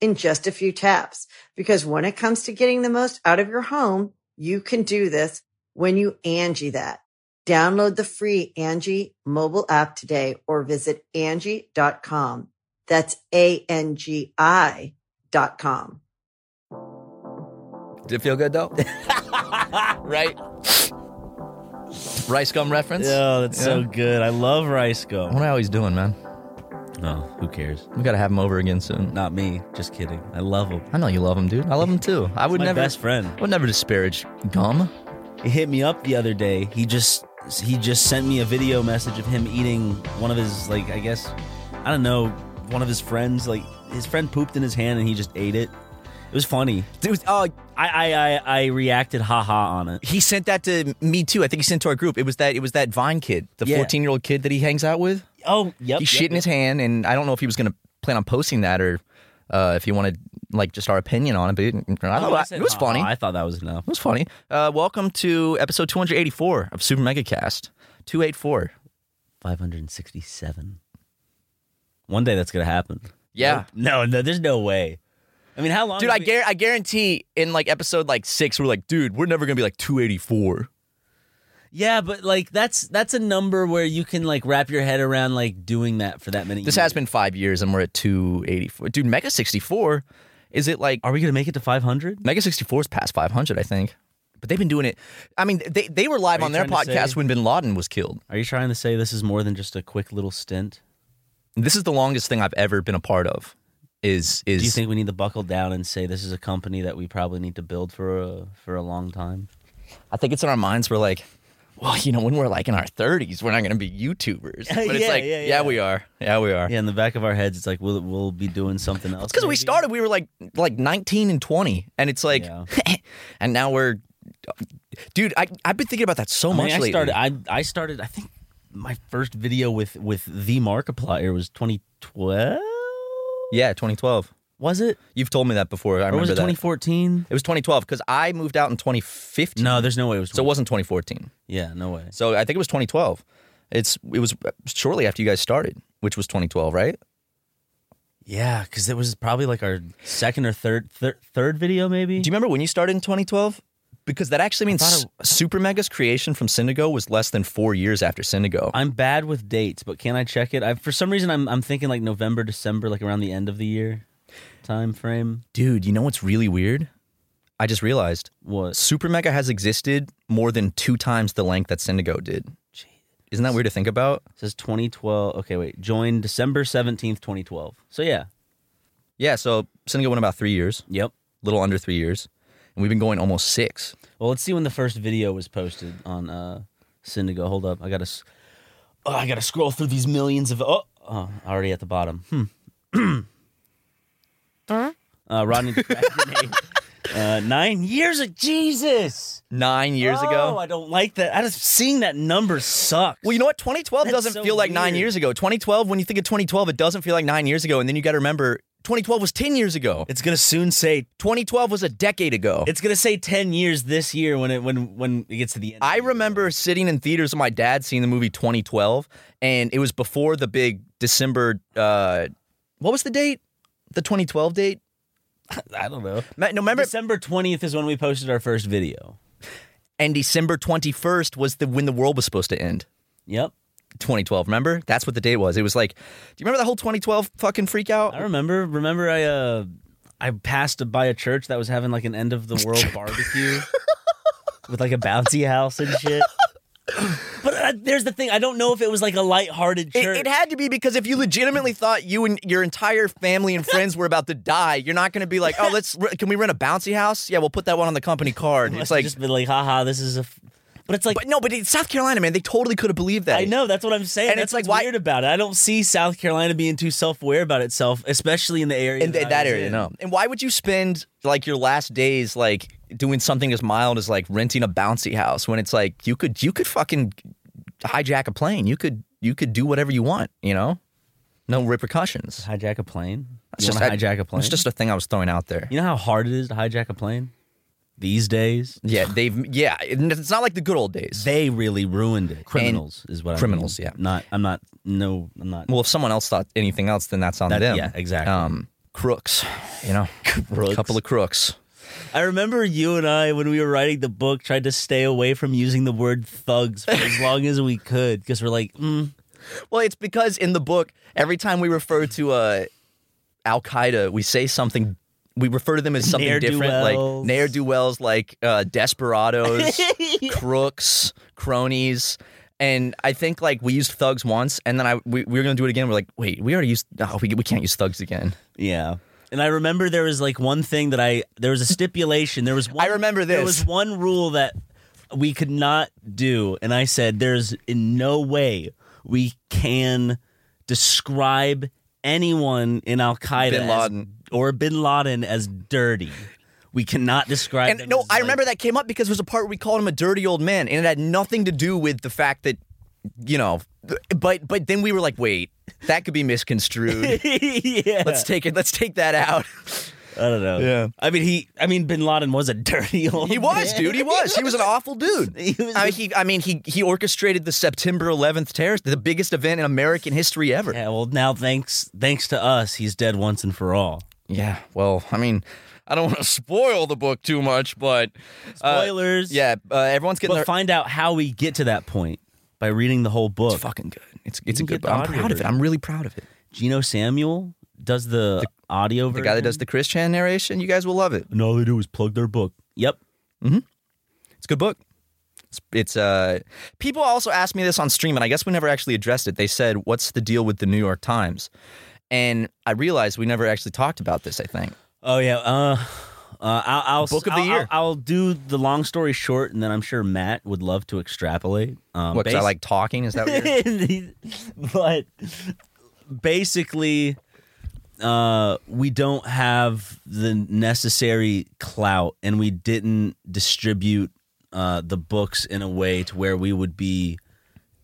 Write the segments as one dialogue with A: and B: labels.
A: in just a few taps. Because when it comes to getting the most out of your home, you can do this when you Angie that. Download the free Angie mobile app today or visit Angie.com. That's A-N-G-I dot com.
B: Did it feel good though?
C: right?
B: Rice gum reference.
C: Oh, that's so
B: Yeah.
C: good. I love Rice
B: I
C: Gum.
B: wonder how he's doing, man.
C: No, Oh, who cares?
B: We gotta have him over again soon.
C: Not me. Just kidding. I love him.
B: I know you love him, dude. I love him too. I would
C: My
B: never.
C: best friend.
B: I would never disparage gum.
C: He hit me up the other day. He just he just sent me a video message of him eating one of his like I guess I don't know one of his friends like his friend pooped in his hand and he just ate it. It was funny.
B: Dude, oh,
C: I I I, I reacted haha on it.
B: he sent that to me too. I think he sent to our group. It was that. It was that Vine kid, the
C: Yeah.
B: fourteen-year-old kid that he hangs out with.
C: Oh yep.
B: He's
C: yep,
B: shit in his hand, and I don't know if he was gonna plan on posting that or uh, if he wanted like just our opinion on it. But it, I
C: yep.
B: thought
C: Oh, I
B: that-
C: said
B: it was
C: haha.
B: funny.
C: I thought that was enough.
B: It was funny. Uh, welcome to episode 284 of Super Mega Cast. 284.
C: Five hundred and sixty-seven. One day that's gonna happen.
B: Yeah.
C: Nope. No, no, there's no way. I mean, how long?
B: Dude,
C: have
B: I,
C: we-
B: guar- I guarantee in like episode like six, we're like, dude, we're never going to be like 284.
C: Yeah, but like that's that's a number where you can like wrap your head around like doing that for that many.
B: This
C: years.
B: has been five years and we're at 284. Dude, Mega 64, is it like,
C: Are we gonna make it to five hundred?
B: Mega 64 is past 500, I think. But they've been doing it. I mean, they, they were live
C: Are you
B: on their
C: trying to say-
B: podcast when Bin Laden was killed.
C: Are you trying to say this is more than just a quick little stint?
B: This is the longest thing I've ever been a part of. Is is
C: Do you think we need to buckle down and say this is a company that we probably need to build for a for a long time?
B: I think it's in our minds. We're like, well, you know, when we're like in our 30s, we're not going to be YouTubers. But it's
C: Yeah,
B: like,
C: yeah, yeah.
B: we are. Yeah, we are.
C: Yeah, in the back of our heads, it's like we'll we'll be doing something else.
B: Because we
C: maybe.
B: started, we were like like 19 and 20, and it's like,
C: Yeah.
B: and now we're, dude. I I've been thinking about that so
C: I mean,
B: much
C: I
B: lately.
C: started. I I started. I think my first video with with the Markiplier was twenty twelve.
B: yeah, 2012.
C: Was it?
B: You've told me that before. I
C: Or
B: remember
C: was it
B: that.
C: twenty fourteen?
B: It was 2012 because I moved out in 2015.
C: No, there's no way it was.
B: so it
C: 20-
B: wasn't 2014.
C: yeah, no way.
B: So I think it was 2012. It's it was shortly after you guys started, which was 2012, right?
C: Yeah, because it was probably like our second or third thir- third video, maybe.
B: Do you remember when you started in 2012? Because that actually means
C: thought it-
B: Super Mega's creation from Syndigo was less than four years after Syndigo.
C: I'm bad with dates, but can I check it? I, for some reason, I'm I'm thinking like November, December, like around the end of the year time frame.
B: Dude, you know what's really weird? I just realized
C: What?
B: Super Mega has existed more than two times the length that Syndigo did.
C: Jeez.
B: Isn't that weird to think about?
C: It says 2012. Okay, wait. Joined December 17th, 2012. So yeah.
B: Yeah, so Syndigo went about three years,
C: Yep.
B: little under three years, and we've been going almost six.
C: Well, let's see when the first video was posted on uh Syndigo. Hold up, I gotta. s- Oh, I gotta scroll through these millions of. Oh, oh already at the bottom. Hmm. uh, Rodney. the Crack Grenade. Uh, nine years of Jesus.
B: Nine years
C: Oh,
B: ago.
C: I don't like that. I just seeing that number sucks.
B: Well, you know what? 2012
C: That's
B: doesn't
C: so
B: feel like nine
C: weird.
B: years ago. 2012, when you think of 2012, it doesn't feel like nine years ago. And then you got to remember, 2012 was 10 years ago.
C: it's gonna soon say
B: 2012 was a decade ago.
C: it's gonna say ten years this year when it when when it gets to the end.
B: I remember sitting in theaters with my dad seeing the movie 2012, and it was before the big December. Uh, what was the date? The 2012 date?
C: I don't know.
B: Ma- No, remember?
C: December twentieth is when we posted our first video.
B: And December 21st was the when the world was supposed to end.
C: Yep.
B: 2012. Remember? That's what the date was. It was like, do you remember that whole 2012 fucking freak out?
C: I remember. Remember, I uh, I passed by a church that was having like an end of the world barbecue, with like a bouncy house and shit. But uh, there's the thing. I don't know if it was like a lighthearted
B: It,
C: church.
B: it had to be because if you legitimately thought you and your entire family and friends were about to die, you're not going to be like, oh, let's re- can we rent a bouncy house? Yeah, we'll put that one on the company card. It's
C: Must have
B: like,
C: just been like, haha, this is a. F-. But it's like
B: but no, but in South Carolina, man, they totally could have believed that.
C: I know that's what I'm saying.
B: And
C: that's
B: it's like,
C: what's
B: why-
C: weird about it. I don't see South Carolina being too self-aware about itself, especially in the area
B: in th-
C: I
B: that
C: was
B: area.
C: in.
B: No. And why would you spend like your last days like doing something as mild as like renting a bouncy house when it's like you could you could fucking hijack a plane. You could you could do whatever you want. You know, no repercussions.
C: hijack a plane.
B: It's
C: You
B: just-
C: want
B: I-
C: to hijack a plane?
B: It's just a thing I was throwing out there.
C: you know how hard it is to hijack a plane these days.
B: Yeah, they've yeah. and It's not like the good old days.
C: They really ruined it. Criminals is what
B: criminals,
C: I mean.
B: yeah.
C: Not. I'm not. No. I'm not.
B: well, if someone else thought anything else, then that's on
C: That-
B: them.
C: yeah, exactly.
B: Um, crooks, you know, a couple of crooks.
C: I remember you and I, when we were writing the book, tried to stay away from using the word thugs for as long as we could because we're like, mm,
B: Well, it's because in the book, every time we refer to uh, Al Qaeda, we say something. We refer to them as something different, like
C: Ne'er-do-wells.
B: ne'er do wells, like uh, desperados, crooks, cronies. And I think like we used thugs once, and then I we, we were gonna do it again. We're like, wait, we already used. No, we, we can't use thugs again.
C: yeah. And I remember there was like one thing that I there was a stipulation. There was one,
B: I remember
C: There
B: this.
C: was one rule that we could not do, and I said, "There's in no way we can describe anyone in Al Qaeda
B: Bin Laden.
C: or Bin Laden as dirty. We cannot describe."
B: And
C: them
B: no,
C: as,
B: I
C: like-
B: remember that came up because there was a part where we called him a dirty old man, and it had nothing to do with the fact that, you know, but but then we were like, wait, that could be misconstrued.
C: yeah.
B: Let's take it. Let's take that out.
C: I don't know.
B: Yeah.
C: I mean, he. I mean, Bin Laden was a dirty old.
B: He was,
C: man.
B: dude. He was. He was an awful dude.
C: He was
B: I mean,
C: just-
B: he, I mean, he he orchestrated the September 11th terrorist, the biggest event in American history ever. Yeah.
C: Yeah. Well, now thanks thanks to us, he's dead once and for all.
B: well, I mean, I don't want to spoil the book too much, but uh,
C: Spoilers.
B: yeah, uh, everyone's getting
C: But
B: their.
C: find out how we get to that point by reading the whole book.
B: It's fucking good. It's it's a
C: can
B: good
C: get
B: book.
C: the
B: I'm
C: audio
B: proud of it.
C: version.
B: I'm really proud of it.
C: Gino Samuel does the, audio
B: The
C: version.
B: guy that does the Chris Chan narration, you guys will love it.
C: And all they do is plug their book. Yep.
B: It's a good book. It's, it's uh people also asked me this on stream, and I guess we never actually addressed it. They said, "What's the deal with the New York Times?" And I realized we never actually talked about this. I think.
C: Oh yeah. Uh, uh, I'll, I'll
B: Book of the
C: I'll-
B: year.
C: I'll, I'll do the long story short, and then I'm sure Matt would love to extrapolate. Um,
B: What? 'cause I
C: basi-
B: like talking. Is that what you're...
C: but basically uh we don't have the necessary clout and we didn't distribute uh the books in a way to where we would be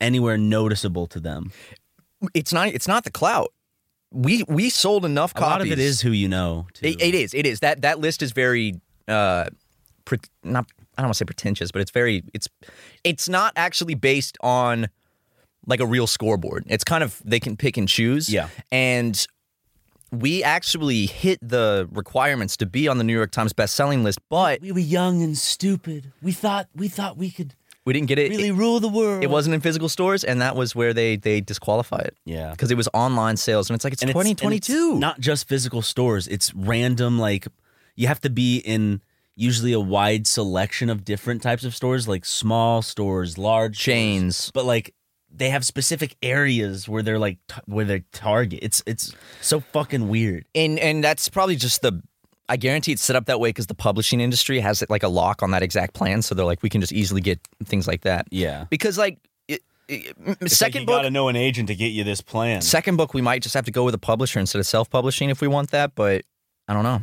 C: anywhere noticeable to them
B: it's not? It's not the clout. We we sold enough
C: a
B: copies.
C: lot of it is who you know too.
B: It, it is. It is. That that list is very uh, pre- not. I don't want to say pretentious, but it's very. It's it's not actually based on like a real scoreboard. It's kind of they can pick and choose.
C: Yeah.
B: and we actually hit the requirements to be on the New York Times best-selling list, but
C: we were young and stupid we thought we thought we could
B: we didn't get it.
C: really
B: it.
C: rule the world
B: it wasn't in physical stores, and that was where they they disqualify it
C: yeah
B: because it was online sales, and it's like it's
C: And it's- and
B: twenty
C: it's
B: twenty two.
C: Not just physical stores. It's random. Like you have to be in usually a wide selection of different types of stores, like small stores, large stores,
B: chains.
C: but like they have specific areas where they're like t- where they target. It's it's so fucking weird.
B: and and that's probably just the I guarantee it's set up that way because the publishing industry has it like a lock on that exact plan, so they're like we can just easily get things like that
C: Yeah.
B: because like it, it, second book.
C: know an agent to get you this plan.
B: Second book, we might just have to go with a publisher instead of self-publishing if we want that. But I don't know.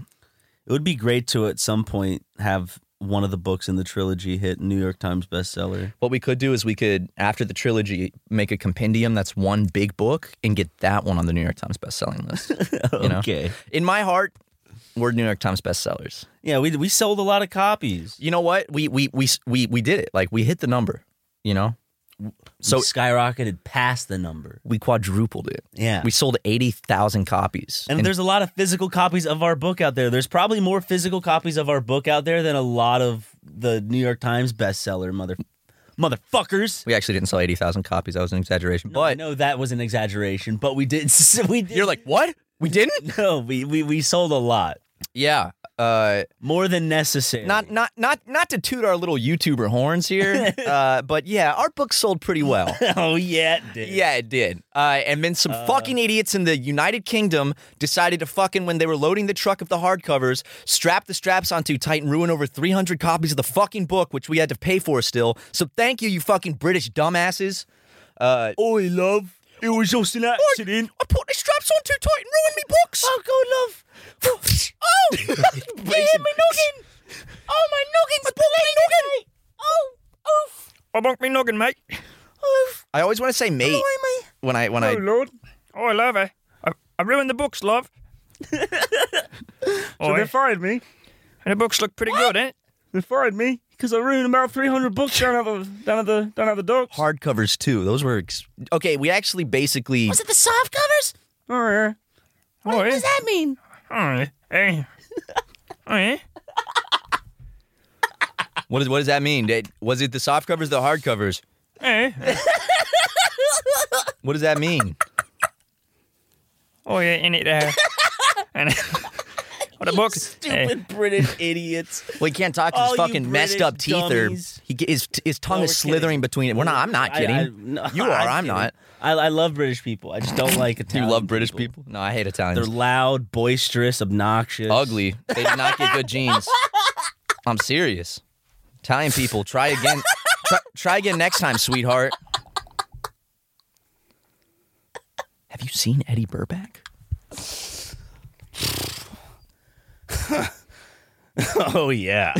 C: It would be great to at some point have one of the books in the trilogy hit New York Times bestseller.
B: What we could do is we could, after the trilogy, make a compendium that's one big book and get that one on the New York Times best-selling list. know?
C: okay.
B: In my heart, we're New York Times bestsellers.
C: Yeah, we we sold a lot of copies.
B: You know what? We we we we we did it. Like we hit the number. You know, So-
C: So skyrocketed past the number.
B: we quadrupled it.
C: Yeah.
B: We sold 80,000 copies.
C: And, there's a lot of physical copies of our book out there. There's probably more physical copies of our book out there than a lot of the New York Times bestseller mother motherfuckers.
B: we actually didn't sell 80,000 copies. That was an exaggeration.
C: I
B: but
C: know that was an exaggeration, but we did we did
B: you're like, what? We didn't?
C: no, we we we sold a lot.
B: yeah. Uh,
C: More than necessary.
B: not not not not to toot our little YouTuber horns here, uh, but yeah, our book sold pretty well.
C: oh yeah, it did.
B: Yeah, it did. Uh, and then some fucking idiots in the United Kingdom decided to fucking, when they were loading the truck of the hardcovers, strap the straps on too tight and ruin over 300 copies of the fucking book, which we had to pay for still. So thank you, you fucking British dumbasses. Uh,
C: Oh love, it was just an accident.
B: I put the straps on too tight and ruined me books. Oh, go love. oh, yeah, my noggin. Oh, my nuggin's bleeding. Oh, oof.
D: I bonk me noggin, mate.
B: I always want to say mate when I when I
D: Oh, Lord. Oh, love her. I, I ruined the books, love.
E: So
D: Oi.
E: they fired me.
D: And the books look pretty good, eh?
E: They fired me because I ruined about 300 books down at the down at the down at the docks.
B: hardcovers too. Those were ex- okay. We actually basically
C: Was it the soft covers?
E: Oh yeah.
D: What
C: What does that mean?
D: Oh, eh. Oh, eh.
B: what is what does that mean? That- was it the soft covers, the hard covers?
D: Eh.
B: What does that mean?
D: Oh, yeah, in it there. and oh, the book.
C: Stupid British idiots.
B: well, he can't talk. 'cause
C: All
B: His
C: Oh, you
B: fucking messed
C: British
B: up teeth are
C: dummies.
B: he his his tongue
C: No,
B: is
C: we're
B: slithering
C: kidding.
B: between it. We're not. I'm not
C: I-
B: kidding.
C: I- no,
B: you are. I'm
C: kidding.
B: not.
C: I, I love British people. I just don't like
B: You
C: Italian.
B: love British people? No, I hate Italians.
C: They're loud, boisterous, obnoxious,
B: ugly. They did not get good genes. I'm serious. Italian people, try again. Try, try again next time, sweetheart. Have you seen Eddie Burback?
C: Oh yeah.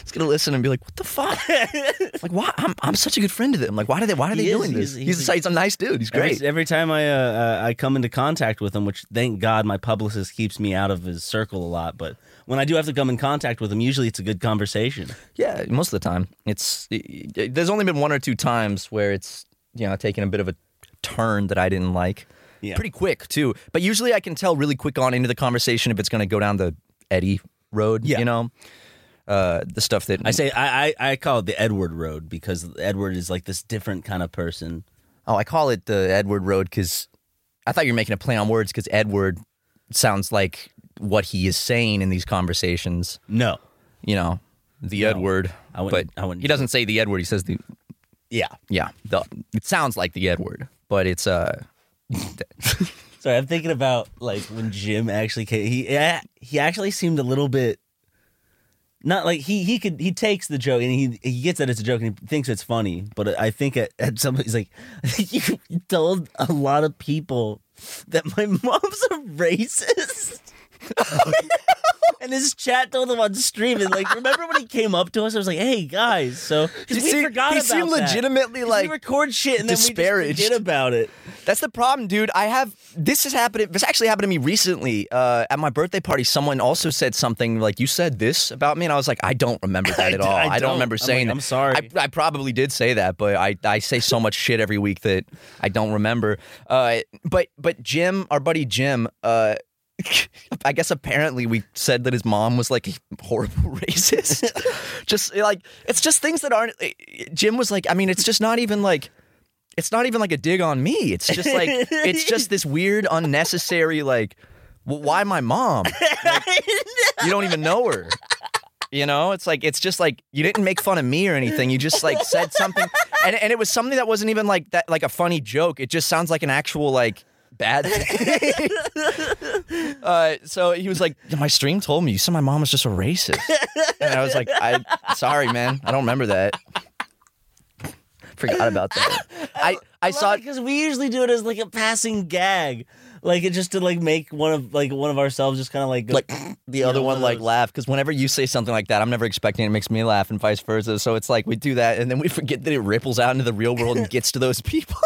B: He's gonna listen and be like, "What the fuck?" like, why? I'm, I'm such a good friend to them. Like, why do they? Why are
C: He
B: they
C: is,
B: doing
C: he
B: this?
C: is,
B: He's,
C: he's
B: he's, a nice dude. He's great.
C: Every, every time I uh, uh, I come into contact with him, which thank God my publicist keeps me out of his circle a lot, but when I do have to come in contact with him, usually it's a good conversation.
B: Yeah, most of the time. It's it- it- there's only been one or two times where it's you know taken a bit of a turn that I didn't like.
C: Yeah.
B: Pretty quick too, but usually I can tell really quick on into the conversation if it's going to go down the Eddie road.
C: Yeah.
B: You know, uh, the stuff that
C: I say I, I I call it the Edward Road because Edward is like this different kind of person.
B: Oh, I call it the Edward road because I thought you were making a play on words because Edward sounds like what he is saying in these conversations.
C: No.
B: You know, the Edward.
C: I wouldn't-
B: but
C: I wouldn't-
B: he doesn't say the Edward. He says the
C: Yeah.
B: yeah. The, it sounds like the Edward, but it's uh.
C: Sorry, I'm thinking about like when Jim actually came. He yeah, he actually seemed a little bit not like he he could he takes the joke and he he gets that it's a joke and he thinks it's funny. But I think at, at some he's like I think you told a lot of people that my mom's a racist. And his chat told him on stream, and like, remember when he came up to us? I was like, "Hey guys, so 'cause we
B: seemed-
C: forgot
B: he
C: about
B: seemed
C: that.
B: legitimately
C: 'Cause
B: like
C: we record shit and then we
B: disparaged.
C: just forget about it."
B: That's the problem, dude. I have this has happened. This actually happened to me recently uh, at my birthday party. Someone also said something like, "You said this about me," and I was like, "I don't remember that at all.
C: I
B: I, don't
C: don't.
B: remember
C: I'm
B: saying
C: like,
B: that.
C: "I'm sorry."
B: I, I probably did say that, but I, I say so much shit every week that I don't remember. Uh, but but Jim, our buddy Jim. Uh, I guess apparently we said that his mom was like a horrible racist. just like it's just things that aren't. eh, Jim was like, I mean, it's just not even like it's not even like a dig on me. It's just like it's just this weird, unnecessary like, w why my mom? Like, you don't even know her. You know, it's like it's just like you didn't make fun of me or anything. You just like said something, and and it was something that wasn't even like that, like a funny joke. It just sounds like an actual like bad thing. uh, so he was like, "My stream told me you said my mom was just a racist," and I was like, "I sorry, man, I don't remember that." Forgot about that. I I saw it.
C: because we usually do it as like a passing gag, like it just to like make one of like one of ourselves just kind of like go,
B: like the other
C: know, one
B: one
C: of
B: like
C: those-
B: laugh because whenever you say something like that i'm never expecting it, it makes me laugh and vice versa so it's like we do that and then we forget that it ripples out into the real world and gets to those people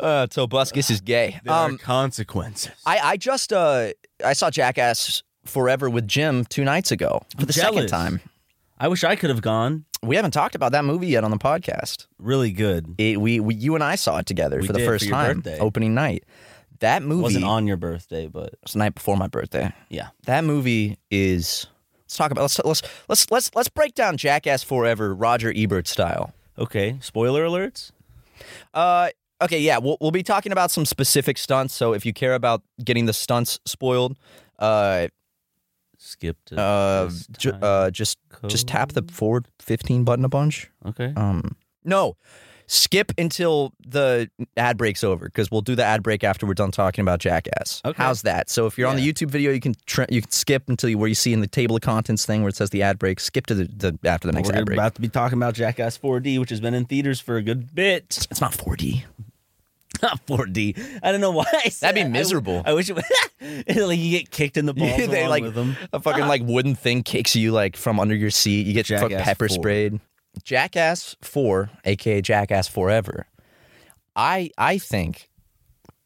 B: uh tobuscus is gay um
C: consequences.
B: i i just uh i saw jackass forever with jim two nights ago for the second
C: jealous.
B: time
C: I wish I could have gone.
B: we haven't talked about that movie yet on the podcast
C: Really good.
B: it, we, we you and i saw it together
C: We
B: for the
C: did, for
B: first
C: your
B: time
C: birthday.
B: opening night that movie
C: Wasn't on your birthday, but
B: It was the night before my birthday
C: yeah.
B: That movie is. Let's talk about let's let's let's let's let's break down Jackass Forever Roger Ebert style.
C: Okay. Spoiler alerts.
B: Uh, okay, yeah, we'll we'll be talking about some specific stunts. So if you care about getting the stunts spoiled, Uh,
C: Skip to
B: uh,
C: this
B: ju-
C: time
B: uh, just just tap the
C: code.
B: forward fifteen button a bunch.
C: Okay.
B: Um, no, skip until the ad break's over because we'll do the ad break after we're done talking about Jackass.
C: Okay.
B: How's that? So if you're on the YouTube video, you can tr- you can skip until you, where you see in the table of contents thing where it says the ad break. Skip to the, the after the next
C: We're
B: ad break.
C: about to be talking about Jackass 4D, which has been in theaters for a good bit.
B: it's not 4D.
C: Not 4D. I don't know why. I said
B: That'd be
C: that.
B: miserable.
C: I, wish it was like you get kicked in the balls
B: Yeah, they,
C: along
B: like-
C: with them.
B: A fucking like wooden thing kicks you like from under your seat. You get fuck
C: Jackass
B: pepper
C: 4.
B: sprayed. Jackass Four, aka Jackass Forever, I I think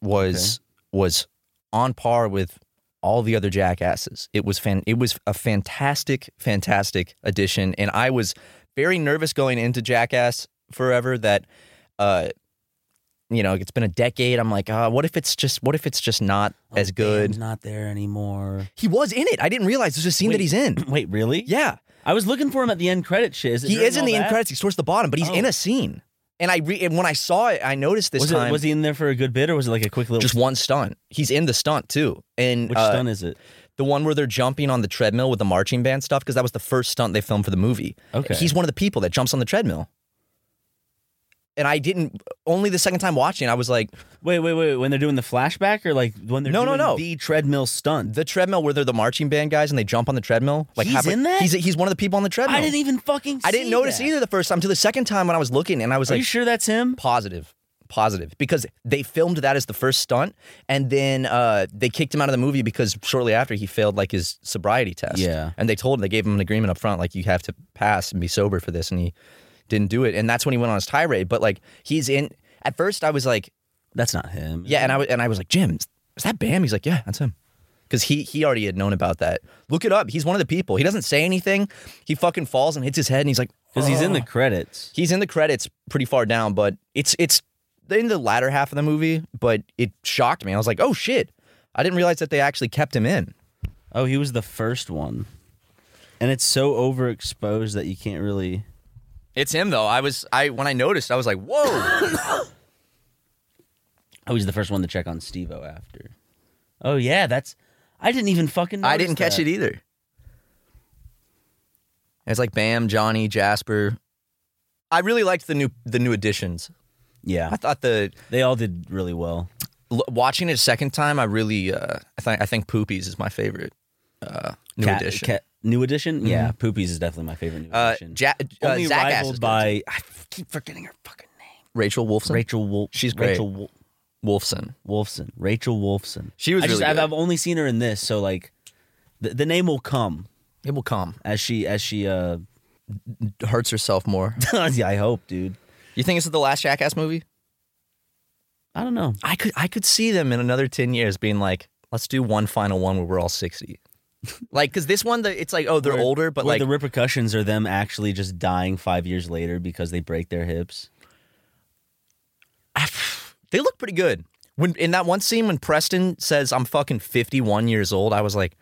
B: was was on par with all the other jackasses. It was fan. It was a fantastic, fantastic addition, and I was very nervous going into Jackass Forever that. uh you know, it's been a decade. I'm like, uh, what if it's just, what if it's just not as
C: Oh,
B: good?
C: Dan's not there anymore.
B: He was in it. I didn't realize there's a scene
C: Wait.
B: that he's in.
C: Wait, really?
B: Yeah,
C: I was looking for him at the end credit shit. Is it
B: he
C: during
B: is in
C: all
B: the end
C: that?
B: credits. He's towards the bottom, but he's
C: Oh.
B: in a scene. And I re- and when I saw it, I noticed this
C: Was,
B: time
C: it, was he in there for a good bit, or was it like a quick little?
B: just one stunt. He's in the stunt too, and
C: which
B: uh,
C: stunt is it?
B: the one where they're jumping on the treadmill with the marching band stuff because that was the first stunt they filmed for the movie.
C: Okay.
B: he's one of the people that jumps on the treadmill. And I didn't. Only the second time watching, I was like,
C: Wait, wait, wait. When they're doing the flashback, or like when they're
B: No, no,
C: doing
B: no.
C: the treadmill stunt.
B: the treadmill where they're the marching band guys and they jump on the treadmill. Like
C: He's
B: halfway-
C: in that?
B: He's he's one of the people on the treadmill.
C: I didn't even fucking.
B: I didn't
C: see
B: notice
C: that.
B: either the first time. Till the second time when I was looking, and I was
C: Are
B: like,
C: you sure that's him?
B: positive positive because they filmed that as the first stunt and then uh, they kicked him out of the movie because shortly after he failed like his sobriety test
C: Yeah.
B: and they told him they gave him an agreement up front like you have to pass and be sober for this and he didn't do it and that's when he went on his tirade but like he's in at first i was like
C: That's not him.
B: yeah and i, wa- and I was like jim is that bam he's like yeah that's him because he he already had known about that look it up he's one of the people he doesn't say anything he fucking falls and hits his head and he's like
C: because he's in the credits.
B: He's in the credits pretty far down, but it's it's in the latter half of the movie, but it shocked me. I was like, "Oh shit." I didn't realize that they actually kept him in.
C: Oh, he was the first one, and it's so overexposed that you can't really.
B: It's him though. I was I when I noticed, I was like, "Whoa."
C: Oh, he's the first one to check on Stevo after. Oh yeah, that's. I didn't even fucking.
B: I didn't catch
C: it
B: it either. It's like Bam, Johnny, Jasper. I really liked the new the new additions.
C: Yeah,
B: I thought the
C: they all did really well.
B: l- watching it a second time, I really uh I think I think Poopies is my favorite uh new
C: Cat-
B: addition.
C: Cat- new edition. Yeah, Poopies is definitely my favorite new
B: uh,
C: edition.
B: ja- uh
C: Only
B: Zach
C: rivaled by I f- keep forgetting her fucking name.
B: Rachel Wolfson.
C: Rachel Wolf.
B: She's great.
C: Rachel Wol-
B: Wolfson.
C: Wolfson. Rachel Wolfson.
B: She was
C: I just,
B: really
C: I've,
B: good.
C: I've only seen her in this, so like, the, the name will come
B: It will calm.
C: as she as she uh.
B: Hurts herself more.
C: yeah, I hope, dude.
B: you think this is the last Jackass movie?
C: I don't know.
B: I could I could see them in another ten years being like, let's do one final one where we're all sixty. like, because this one, the, it's like, oh, they're
C: Where-
B: older, but
C: Where
B: like,
C: the repercussions are them actually just dying five years later because they break their hips.
B: they look pretty good. When in that one scene when Preston says, "I'm fucking fifty-one years old," I was like,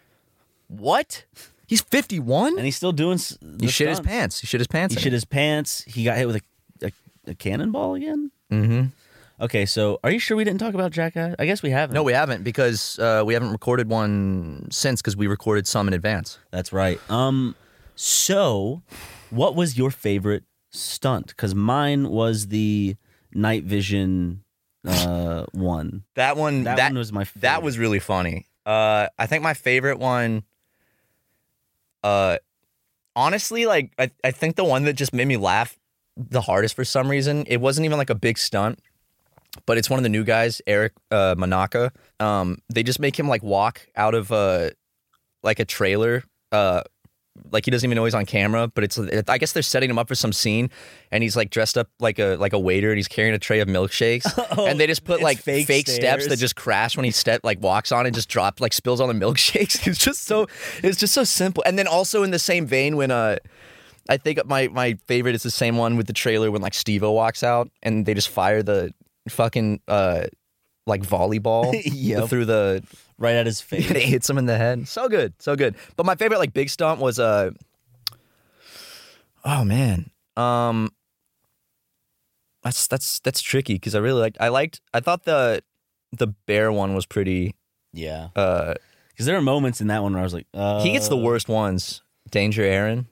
B: what? He's fifty-one?
C: And he's still doing. s- The
B: He shit his
C: stunts.
B: pants. He shit his pants.
C: He shit his pants. He got hit with a, a, a cannonball again.
B: Mm-hmm.
C: Okay, so are you sure we didn't talk about Jackass? I guess we haven't.
B: No, we haven't because uh, we haven't recorded one since because we recorded some in advance.
C: That's right. Um, so what was your favorite stunt? Because mine was the night vision uh one.
B: That one.
C: That, one was my. Favorite.
B: That was really funny. Uh, I think my favorite one. Uh, honestly, like I, I think the one that just made me laugh the hardest for some reason. It wasn't even like a big stunt, but it's one of the new guys, Eric uh, Manaka. Um, they just make him like walk out of uh, like a trailer. Uh, like he doesn't even know he's on camera, but it's I guess they're setting him up for some scene, and he's like dressed up like a like a waiter, and he's carrying a tray of milkshakes, and they just put
C: it's
B: like
C: fake
B: fake, steps that
C: stairs.
B: just just crash when he step like walks on and just drops like spills on the milkshakes. It's just so it's just so simple. And then also in the same vein when uh I think my my favorite is the same one with the trailer when like Stevo walks out and they just fire the fucking uh like volleyball
C: Yep.
B: through the
C: right at his
B: and it
C: face.
B: hits him in the head. So good, so good. But my favorite like big stunt was uh oh man, um that's that's that's tricky because I really liked I liked I thought the the bear one was pretty
C: yeah,
B: uh
C: Because there are moments in that one where I was like, uh,
B: he gets the worst ones. Danger Aaron.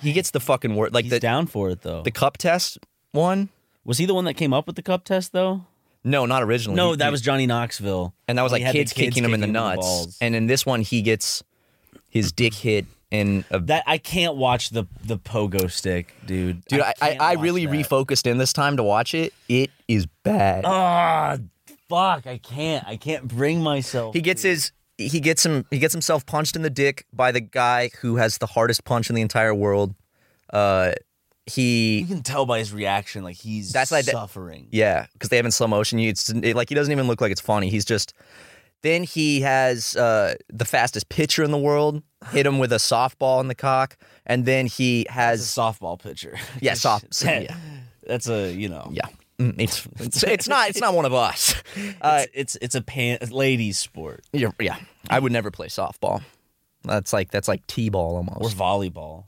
B: He gets the fucking worst. Like
C: he's
B: the
C: down for it though.
B: the cup test one.
C: was he the one that came up with the cup test though?
B: No, not originally.
C: No,
B: He-
C: that
B: he-
C: was Johnny Knoxville.
B: and that was
C: He
B: like
C: had the
B: kids, kicking him in the nuts.
C: balls.
B: and in this one, he gets his dick hit in a
C: that I can't watch the the pogo stick, dude.
B: Dude, I, I,
C: can't
B: I
C: watch
B: really
C: that.
B: refocused in this time to watch it. It is bad.
C: Ah, fuck! I can't. I can't bring myself.
B: he gets his he gets him he gets himself punched in the dick by the guy who has the hardest punch in the entire world. Uh
C: You
B: he
C: can tell by his reaction, like he's
B: That's like that-
C: suffering.
B: yeah, cuz they have in slow motion. You it's it, like he doesn't even look like it's funny. He's just then he has uh the fastest pitcher in the world hit him with a softball in the cock and then he has
C: It's a softball pitcher.
B: Yeah, soft-
C: That-
B: yeah.
C: That's a you know.
B: yeah. Mm, It's, it's it's not it's not one of us. Uh,
C: It's, it's it's a pan ladies sport
B: Yeah, yeah. I would never play softball. That's like that's like t-ball
C: or
B: almost.
C: volleyball.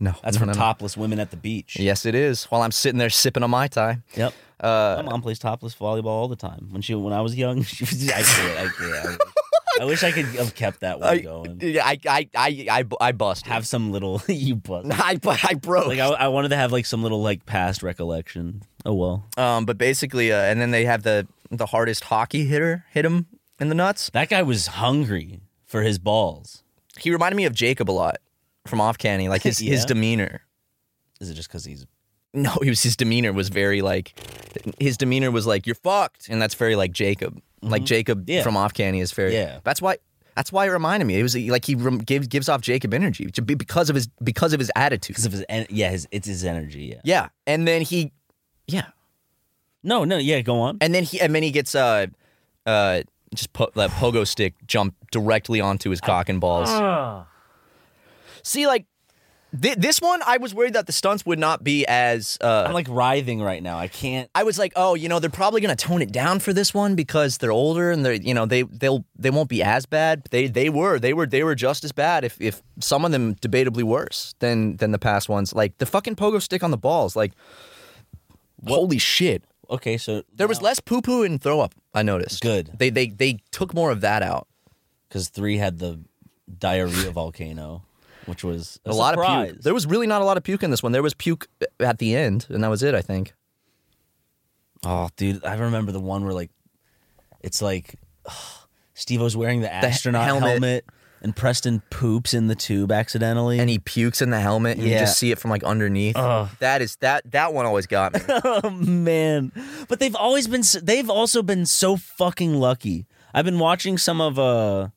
B: No,
C: That's
B: no,
C: for
B: no, no.
C: topless women at the beach.
B: Yes, it is. While I'm sitting there sipping a mai tai.
C: Yep.
B: Uh,
C: My mom plays topless volleyball all the time. When she when I was young, she was, I can't. I can't. I wish I could have kept that one
B: I,
C: going.
B: yeah, I, I, I, I, I busted.
C: Have some little you bust.
B: I, bu- I broke.
C: Like I, I wanted to have like some little like past recollection. Oh well,
B: um, but basically, uh, and then they have the the hardest hockey hitter hit him in the nuts.
C: that guy was hungry for his balls.
B: He reminded me of Jacob a lot from Off Canny, like his his
C: Yeah.
B: demeanor.
C: Is it just because he's
B: No, he was his demeanor was very like his demeanor was like you're fucked, and that's very like Jacob, like Jacob
C: Mm-hmm. Yeah.
B: from Off Canny is very
C: Yeah.
B: That's why that's why it reminded me. It was like he rem- gives gives off Jacob energy to be- because of his because of his attitude.
C: because of his en- yeah his it's his energy yeah
B: Yeah, and then he, yeah,
C: no no yeah go on
B: and then he and then he gets uh uh just po- that pogo stick jump directly onto his cock and balls.
C: Uh.
B: See, like th- this one, I was worried that the stunts would not be as uh
C: I'm like writhing right now I can't
B: I was like, oh, you know, they're probably gonna tone it down for this one because they're older and they're, you know, they they'll they won't be as bad. But They they were they were they were just as bad, if if some of them debatably worse than than the past ones. Like the fucking pogo stick on the balls, like holy shit.
C: okay so
B: There was less poo poo and throw up. I noticed.
C: Good.
B: They they they took more of that out.
C: because three had the diarrhea volcano which was
B: A
C: a,
B: lot
C: surprise.
B: of puke. There was really not a lot of puke in this one. There was puke at the end, and that was it. I think.
C: Oh, dude, I remember the one where like it's like Steve O's wearing the astronaut
B: helmet.
C: helmet. and Preston poops in the tube accidentally.
B: And he pukes in the helmet, and you
C: Yeah.
B: just see it from like underneath. That is that that one always got me.
C: oh man. But they've always been s- they've also been so fucking lucky. I've been watching some of uh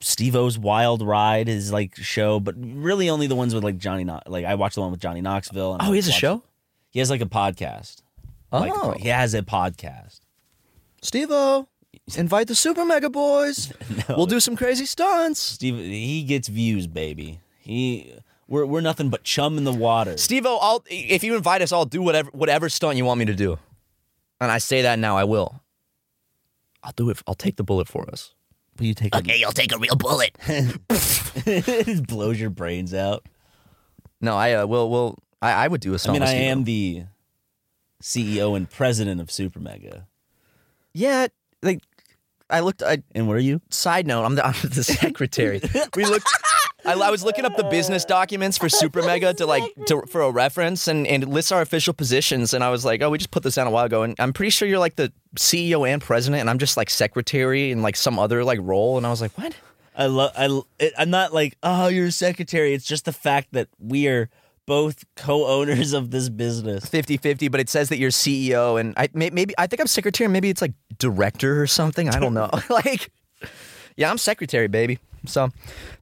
C: Steve O's Wild Ride, his like show, but really only the ones with like Johnny Knox. Like I watched the one with Johnny Knoxville. And
B: Oh,
C: I
B: he has a
C: watched-
B: show?
C: He has like a podcast.
B: Oh.
C: like, he has a podcast.
B: Steve O, invite the Super Mega Boys. We'll do some crazy stunts.
C: Steve, he gets views, baby. He, we're we're nothing but chum in the water.
B: Steve O, I'll if you invite us, I'll do whatever whatever stunt you want me to do. And I say that now, I will. I'll do it. I'll take the bullet for us.
C: Will you take? Okay, I'll take a real bullet. Just blows your brains out.
B: No, I uh, will. Will I, I would do a
C: I
B: stunt.
C: mean,
B: with
C: I
B: Steve-O.
C: am the CEO and president of Super Mega.
B: Yeah, like I looked. I
C: And what are you?
B: side note, I'm the, I'm the secretary. We looked. I, I was looking up the business documents for Super Mega to like to, for a reference, and and it lists our official positions. And I was like, oh, we just put this down a while ago, and I'm pretty sure you're like the CEO and president, and I'm just like secretary and like some other like role. And I was like, what?
C: I love. I. l- It, I'm not like oh, you're a secretary. It's just the fact that we are both co-owners of this business.
B: 50-50, but it says that you're CEO, and I may, maybe I think I'm secretary, and maybe it's like director or something. I don't know. like, yeah, I'm secretary, baby. So,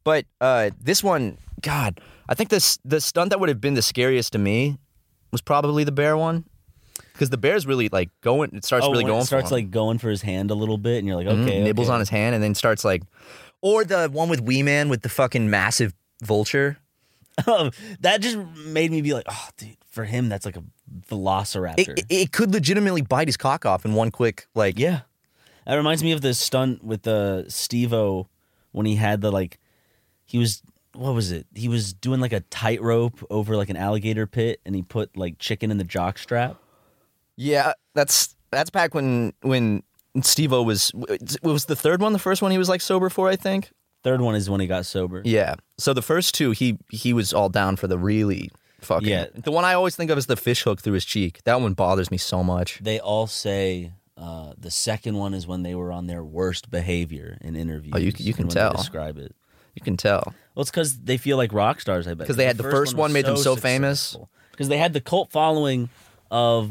B: but uh, this one, God, I think this the stunt that would have been the scariest to me was probably the bear one, because the bear's really like going. It starts really
C: Oh, when it
B: going. for
C: starts
B: him.
C: like going for his hand a little bit, and you're like,
B: Mhm,
C: okay,
B: nibbles
C: okay.
B: on his hand, and then starts like, or the one with Wee Man with the fucking massive vulture.
C: that just made me be like, oh, dude, for him, that's like a velociraptor.
B: It, it, it could legitimately bite his cock off in one quick like.
C: yeah. That reminds me of the stunt with the uh, Steve O when he had the like, he was, what was it? He was doing like a tightrope over like an alligator pit and he put like chicken in the jock strap.
B: uh, Yeah, that's that's back when when Steve O was was the third one, the first one he was like sober for, I think.
C: Third one is when he got sober.
B: Yeah. So the first two, he he was all down for the really fucking.
C: Yeah.
B: The one I always think of is the fish hook through his cheek. That one bothers me so much.
C: They all say uh, the second one is when they were on their worst behavior in interviews.
B: Oh, you- you
C: and
B: can
C: when they
B: tell.
C: describe it.
B: You can tell.
C: Well, it's because they feel like rock stars. I bet
B: 'Cause they had the first one made them so famous.
C: Because they had the cult following of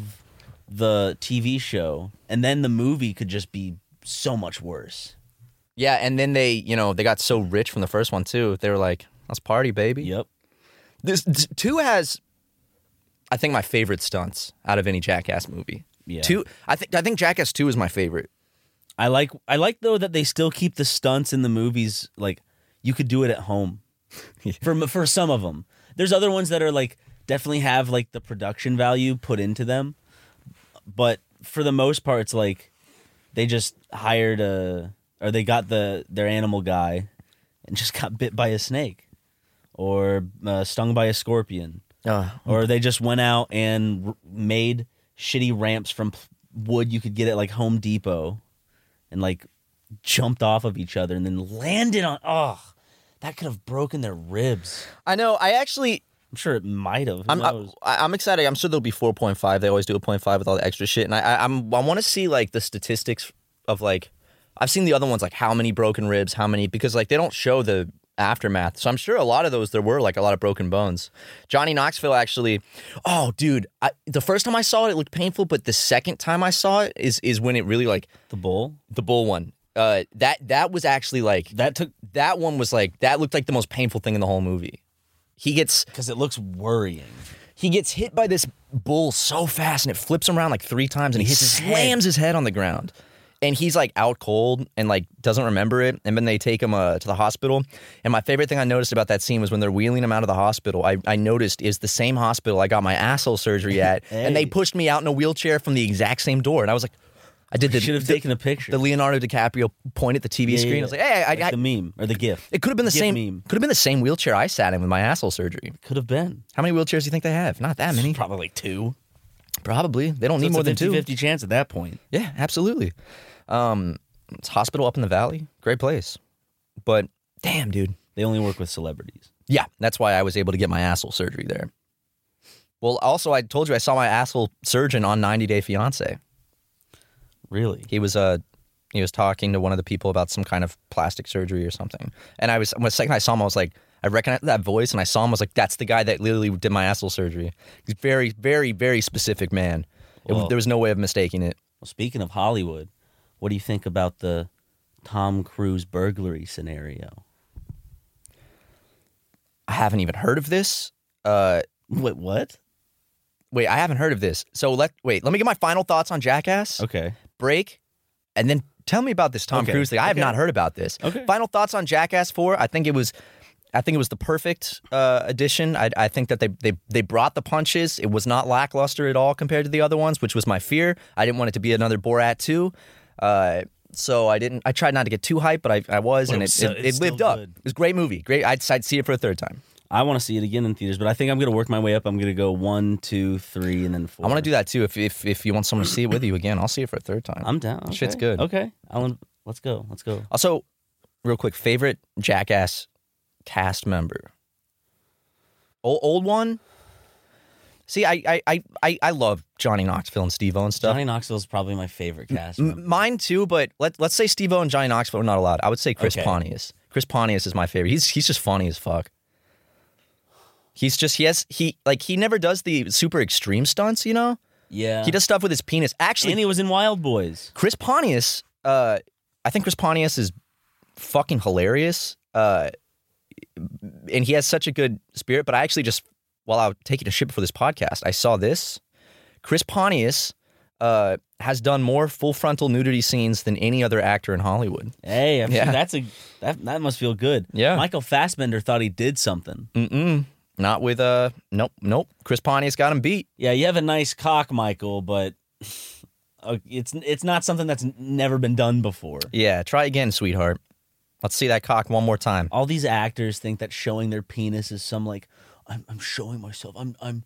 C: the TV show, and then the movie could just be so much worse.
B: Yeah, and then they, you know, they got so rich from the first one too. They were like, "Let's party, baby."
C: Yep.
B: This t- two has, I think, my favorite stunts out of any Jackass movie.
C: Yeah.
B: Two, I think, I think Jackass Two is my favorite.
C: I like I like though that they still keep the stunts in the movies. Like you could do it at home for m- for some of them. There's other ones that are like definitely have like the production value put into them, but for the most part, it's like they just hired a or they got the their animal guy and just got bit by a snake or uh, stung by a scorpion or they just went out and r- made shitty ramps from p- wood you could get at like Home Depot and like jumped off of each other and then landed on oh that could have broken their ribs
B: I know. I actually,
C: i'm sure it might have Who
B: I'm, uh, I,
C: knows?
B: I- I'm excited. I'm sure there'll be 4.5. They always do a 0.5 with all the extra shit, and I, I I'm, I want to see like the statistics of like, I've seen the other ones like how many broken ribs, how many because like they don't show the aftermath. So I'm sure a lot of those there were like a lot of broken bones. Johnny Knoxville actually, oh dude, I, the first time I saw it, it looked painful, but the second time I saw it is is when it really like
C: the bull
B: the bull one. Uh, that that was actually like
C: that took
B: that one was like that looked like the most painful thing in the whole movie. He gets
C: because it looks worrying
B: he gets hit by this bull so fast and it flips him around like three times and he,
C: He
B: hits his
C: slams
B: slams his head on the ground. And he's like out cold and like doesn't remember it. And then they take him uh, to the hospital. And my favorite thing I noticed about that scene was when they're wheeling him out of the hospital, I, I noticed is the same hospital I got my asshole surgery at. And they
C: Hey.
B: pushed me out in a wheelchair from the exact same door. And I was like, I did the,
C: should have
B: the-
C: taken a picture
B: the Leonardo DiCaprio point at the TV screen. I was like, hey, I, I,
C: the meme or the gif
B: it could have been the
C: gif
B: same.
C: meme
B: Could have been the same wheelchair I sat in with my asshole surgery.
C: could have been
B: How many wheelchairs do you think they have? Not that many.
C: probably like two
B: Probably. They don't need
C: It's
B: more
C: a
B: than two.
C: 50 chance at that point
B: Yeah, absolutely. Um, it's a hospital up in the valley. Great place. But damn, dude.
C: they only work with celebrities
B: Yeah, that's why I was able to get my asshole surgery there. Well, also, I told you I saw my asshole surgeon on 90 Day Fiance.
C: really
B: He was uh, he was talking to one of the people about some kind of plastic surgery or something. And I was when the second I saw him, I was like, I recognized that voice, and I saw him. I was like, that's the guy that literally did my asshole surgery. He's very, very, very specific man. It-
C: Whoa.
B: there was no way of mistaking it.
C: Well, speaking of Hollywood, what do you think about the Tom Cruise burglary scenario?
B: I haven't even heard of this. Uh,
C: Wait, what?
B: wait, I haven't heard of this. So let wait, let me get my final thoughts on Jackass.
C: Okay.
B: Break, and then tell me about this Tom
C: Okay.
B: Cruise thing. I have
C: Okay.
B: not heard about this.
C: Okay.
B: Final thoughts on Jackass Four. I think it was, I think it was the perfect uh, addition. I, I think that they they they brought the punches. It was not lackluster at all compared to the other ones, which was my fear. I didn't want it to be another Borat Two. Uh, so I didn't. I tried not to get too hyped, but I, I was,
C: But it
B: and
C: was
B: it,
C: so-
B: it,
C: it's
B: it lived
C: still
B: up.
C: good.
B: It was a great movie. Great. I'd, I'd see it for a third time.
C: I want to see it again in theaters, but I think I'm going to work my way up. I'm going to go one, two, three, and then four.
B: I want to do that too. If, if if you want someone to see it with you again, I'll see it for a third time.
C: I'm down. Okay.
B: Shit's good.
C: Okay. Alan, let's go. Let's go.
B: Also, real quick, favorite Jackass cast member. Old, old one. See, I I I I, I love Johnny Knoxville and Steve O and stuff.
C: Johnny Knoxville is probably my favorite
B: Mm,
C: cast. member.
B: M- mine too, but let let's say Steve O and Johnny Knoxville are not allowed. I would say Chris
C: Okay.
B: Pontius. Chris Pontius is my favorite. He's he's just funny as fuck. He's just he has he like he never does the super extreme stunts, you know?
C: yeah.
B: He does stuff with his penis. Actually,
C: And he was in Wild Boys.
B: Chris Pontius, uh, I think Chris Pontius is fucking hilarious. Uh, and he has such a good spirit. But I actually just, while I was taking a shit before this podcast, I saw this. Chris Pontius uh, has done more full frontal nudity scenes than any other actor in Hollywood.
C: Hey, I'm sure
B: Yeah.
C: that's a that that must feel good.
B: Yeah. Mm.
C: Michael Fassbender thought he did something.
B: Mm-mm. Not with, uh, nope, nope. Chris Pontius got him beat.
C: Yeah, you have a nice cock, Michael, but uh, it's it's not something that's n- never been done before.
B: Yeah, try again, sweetheart. Let's see that cock one more time.
C: All these actors think that showing their penis is some like I'm I'm showing myself. I'm I'm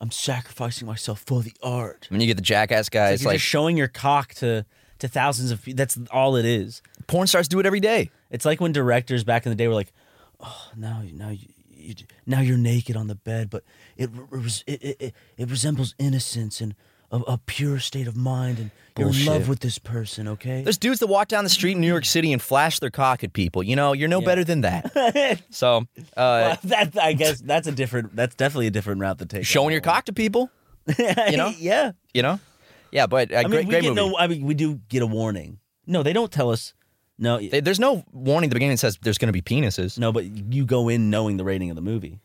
C: I'm sacrificing myself for the art.
B: When you get the jackass guys,
C: It's like,
B: like,
C: just showing your cock to to thousands of people. That's all it is.
B: Porn stars do it every day.
C: It's like when directors back in the day were like, "Oh, now, now you." You, now you're naked on the bed, but it re- res- it, it, it, it resembles innocence and a, a pure state of mind, and you're in love
B: Bullshit.
C: with this person. Okay,
B: There's dudes that walk down the street in New York City and flash their cock at people. You know, you're no better than that. so, uh,
C: Well, that I guess that's a different. That's definitely a different route to take.
B: showing your cock to people,
C: you
B: know?
C: yeah.
B: you know? Yeah, but uh,
C: I mean,
B: great,
C: we
B: great
C: get
B: movie.
C: no. I mean, we do get a warning. No, they don't tell us. No,
B: They- There's no warning at the beginning that says there's going to be penises.
C: no, but you go in knowing the rating of the movie.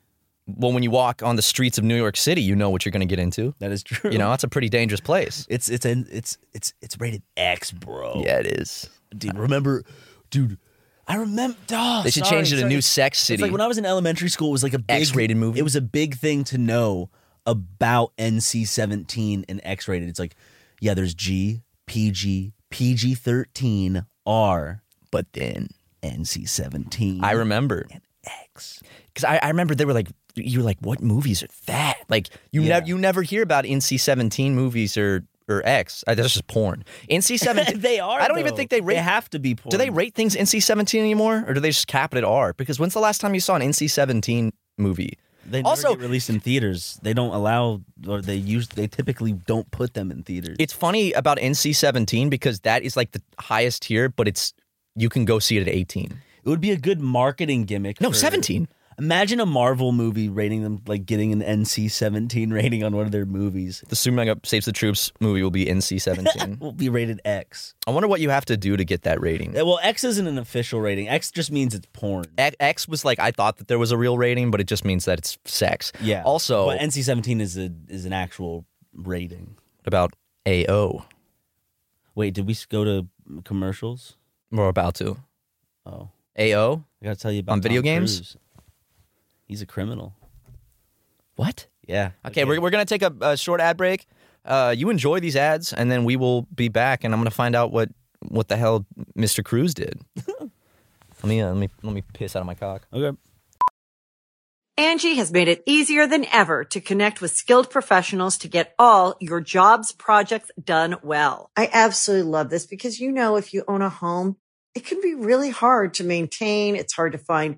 B: Well, when you walk on the streets of New York City, you know what you're going to get into.
C: That is true.
B: You know, that's a pretty dangerous place.
C: it's it's an it's it's it's rated X, bro.
B: Yeah, it is.
C: dude. Remember, dude. I remember.
B: They should change it to New Sex
C: Oh, It's
B: City.
C: like when I was in elementary school, it was like a big,
B: X-rated movie.
C: It was a big thing to know about NC seventeen and X rated. It's like, yeah, there's G, PG, PG thirteen, R, but then NC seventeen.
B: I remember.
C: X.
B: because I, I remember they were like you were like what movies are that like you
C: Yeah.
B: never you never hear about NC seventeen movies or or X Uh, that's just porn NC seventeen
C: they are.
B: I don't even
C: though.
B: think they rate
C: They have to be. Porn.
B: do they rate things NC seventeen anymore or do they just cap it at R because when's the last time you saw an NC seventeen movie
C: They never
B: Also-
C: get released in theaters. They don't allow, or they use. They typically don't put them in theaters.
B: it's funny about NC seventeen because that is like the highest tier but it's you can go see it at eighteen
C: It would be a good marketing gimmick.
B: no
C: for-
B: seventeen
C: Imagine a Marvel movie rating them like getting an NC seventeen rating on one of their movies.
B: the Super Mega Saves the Troops movie will be NC seventeen
C: Will be rated X.
B: I wonder what you have to do to get that rating.
C: Eh, Well, X isn't an official rating. X just means it's porn.
B: X- X was like I thought that there was a real rating, but it just means that it's sex.
C: Yeah.
B: Also
C: but NC seventeen is a is an actual rating.
B: about AO.
C: Wait, did we s- go to commercials?
B: We're about to
C: Oh,
B: AO.
C: I gotta tell you about
B: On video
C: Tom
B: games?
C: Cruise. He's a criminal.
B: What?
C: Yeah.
B: Okay, We're, we're gonna take a, a short ad break. Uh, you enjoy these ads, and then we will be back, and I'm gonna find out what what the hell Mr. Cruz did. let me uh, let me let me piss out of my cock.
C: okay.
A: Angie has made it easier than ever to connect with skilled professionals to get all your jobs projects done well. I absolutely love this because, you know, if you own a home, it can be really hard to maintain. It's hard to find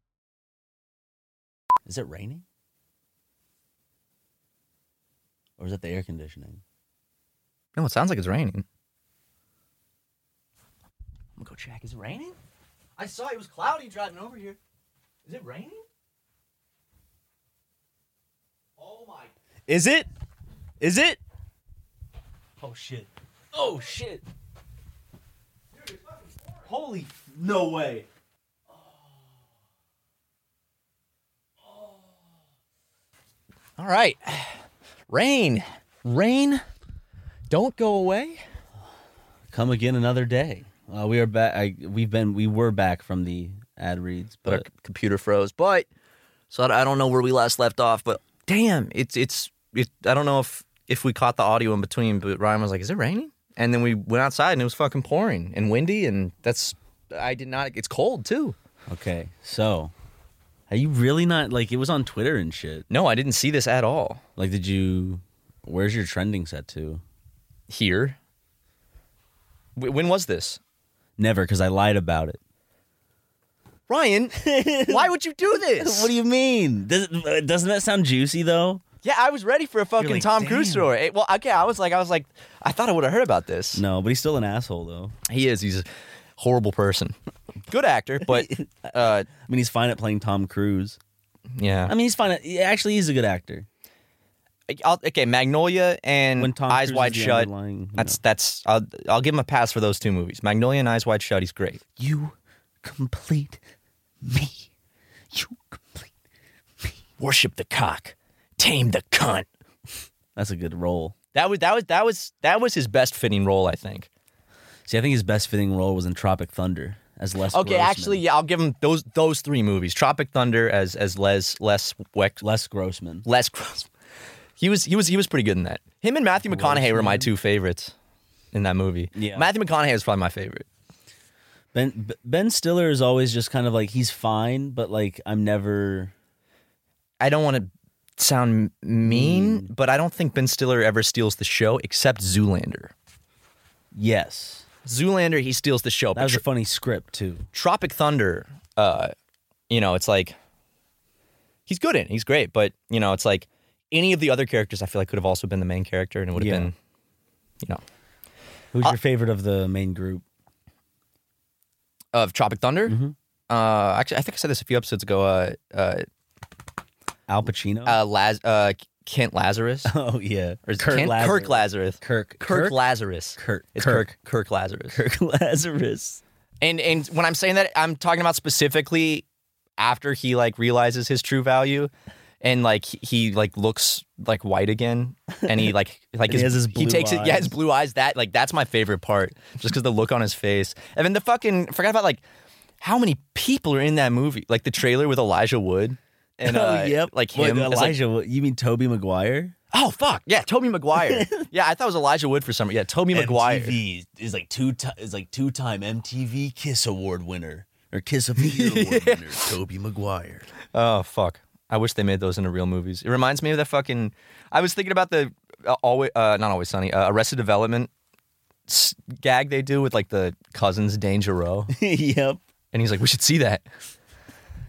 C: Is it raining? Or is that the air conditioning?
B: No, it sounds like it's raining. I'm gonna go check. Is it raining? I saw it was cloudy driving over here. Is it raining? Oh my
C: Is it? Is it? Oh shit. Oh shit. Holy f- no way.
B: All right. Rain. Rain. Don't go away.
C: Come again another day. Uh, we are back. I, we've been we were back from the ad reads,
B: But our
C: but
B: c- computer froze. But so I I don't know where we last left off, but damn, it's it's it, I don't know if if we caught the audio in between, but Ryan was like, "Is it raining?" And then we went outside and it was fucking pouring and windy and that's I did not it's cold too.
C: okay. So, are you really not like it was on Twitter and shit?
B: No, I didn't see this at all.
C: Like, did you? Where's your trending set to?
B: Here. W- when was this?
C: Never, because I lied about it.
B: Ryan, why would you do this?
C: What do you mean? Does, doesn't that sound juicy though?
B: Yeah, I was ready for a fucking
D: like,
B: Tom Cruise
D: "Damn."
B: story. It- well, okay, I was like, I was like, I thought I would have heard about this.
C: No, but he's still an asshole though.
B: He is. He's a horrible person. Good actor, but uh,
C: I mean, he's fine at playing Tom Cruise.
B: yeah.
C: I mean, he's fine. At, he actually, he's a good actor.
B: I'll, okay, Magnolia and
C: When Tom
B: Mm, Eyes
C: Cruise
B: Wide
C: is the
B: Shut.
C: underlying-
B: That's that's. I'll I'll give him a pass for those two movies. Magnolia and Eyes Wide Shut. He's great.
C: You complete me. You complete.
B: Worship the cock, tame the cunt.
C: That's a good role.
B: That was that was that was that was his best fitting role, I think.
C: See, I think his best fitting role was in Tropic Thunder as Les.
B: Okay,
C: Grossman.
B: actually, yeah, I'll give him those those three movies: Tropic Thunder as as Les Les Wex,
C: Les Grossman.
B: Les Gross. He was he was he was pretty good in that. Him and Matthew McConaughey were my two favorites in that movie.
C: Yeah.
B: Matthew McConaughey was probably my favorite.
C: Ben B- Ben Stiller is always just kind of like he's fine, but like I'm never.
B: I don't want to sound mean,
C: Mm.
B: but I don't think Ben Stiller ever steals the show except Zoolander.
C: Yes,
B: Zoolander, he steals the show.
C: that
B: But
C: was a
B: Tro-
C: funny script too.
B: Tropic Thunder, uh, you know, it's like he's good in, it, he's great, but you know, it's like any of the other characters, I feel like could have also been the main character, and it would have
C: Yeah.
B: been, you know, Uh,
C: Who's your favorite of the main group?
B: of Tropic Thunder.
C: Mm-hmm.
B: Uh, actually, I think I said this a few episodes ago. Uh, uh,
C: Al Pacino.
B: uh, Laz- uh Kent Lazarus.
C: oh yeah,
B: Or is it
C: Kirk
B: Kent?
C: Lazarus.
B: Kirk Lazarus.
C: Kirk.
B: Kirk,
C: Kirk?
B: Lazarus.
C: Kirk.
B: It's
C: Kirk.
B: Kirk. Kirk Lazarus.
C: Kirk Lazarus.
B: And and when I'm saying that, I'm talking about specifically after he like realizes his true value, and like he- he like looks like white again, and he like like
C: And he has his blue
B: takes it yeah his
C: eyes.
B: blue eyes that like that's my favorite part just because the look on his face and then the fucking I forgot about like how many people are in that movie like the trailer with Elijah Wood and uh,
C: oh yep,
B: like
C: Wait,
B: him as, like,
C: Elijah. what- you mean Toby Maguire?
B: oh fuck yeah Toby Maguire yeah I thought it was Elijah Wood for some yeah Toby Maguire
C: MTV is like two ti- is like two time MTV Kiss Award winner or Kiss of the Year Award winner Toby Maguire.
B: Oh fuck! I wish they made those into real movies. It reminds me of that fucking. I was thinking about the uh, always uh, not always sunny uh, Arrested Development s- gag they do with like the cousins Danger Row,
C: yep.
B: and he's like, "We should see that."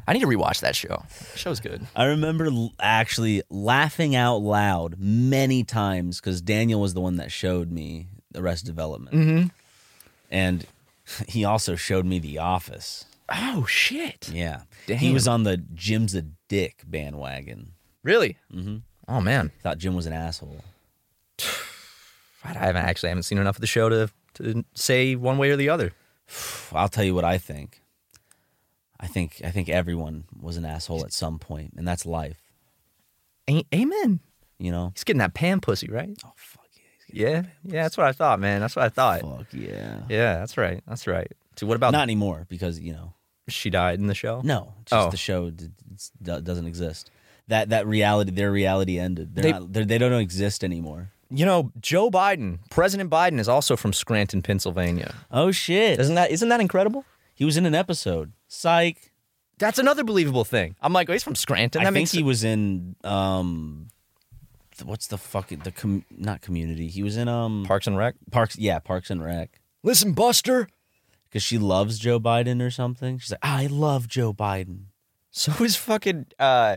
B: I need to rewatch that show. The show's good.
C: I remember l- actually laughing out loud many times because Daniel was the one that showed me Arrested Development, and he also showed me The Office.
B: Oh shit!
C: Yeah, he was on the Jim's a dick bandwagon.
B: Really? Mm-hmm. Oh man,
C: Thought Jim was an asshole.
B: I haven't actually I haven't seen enough of the show to to say one way or the other.
C: I'll tell you what I think. I think I think everyone was an asshole at some point, and that's life.
B: A- Amen.
C: You know.
B: He's getting that pan pussy, right?
C: Oh fuck yeah.
B: Yeah, yeah. That's what I thought, man. That's what I thought.
C: Fuck yeah.
B: Yeah, that's right. That's right. Dude, what about
C: Not anymore because you know.
B: she died in the show?
C: No, it's just
B: Oh.
C: the show d- it's- do- doesn't exist. That that reality, their reality ended. They're
B: They-
C: not, they're, they don't exist anymore.
B: You know, Joe Biden, President Biden, is also from Scranton, Pennsylvania.
C: Oh shit!
B: Isn't that isn't that incredible?
C: He was in an episode. Psych.
B: That's another believable thing. I'm like, oh, he's from Scranton.
C: I
B: That
C: think
B: makes
C: he was in um, th- what's the fucking the com- not community? He was in um
B: Parks and Rec.
C: Parks. Yeah, Parks and Rec.
B: Listen, Buster.
C: Because she loves Joe Biden or something. She's like, I love Joe Biden.
B: So is fucking uh,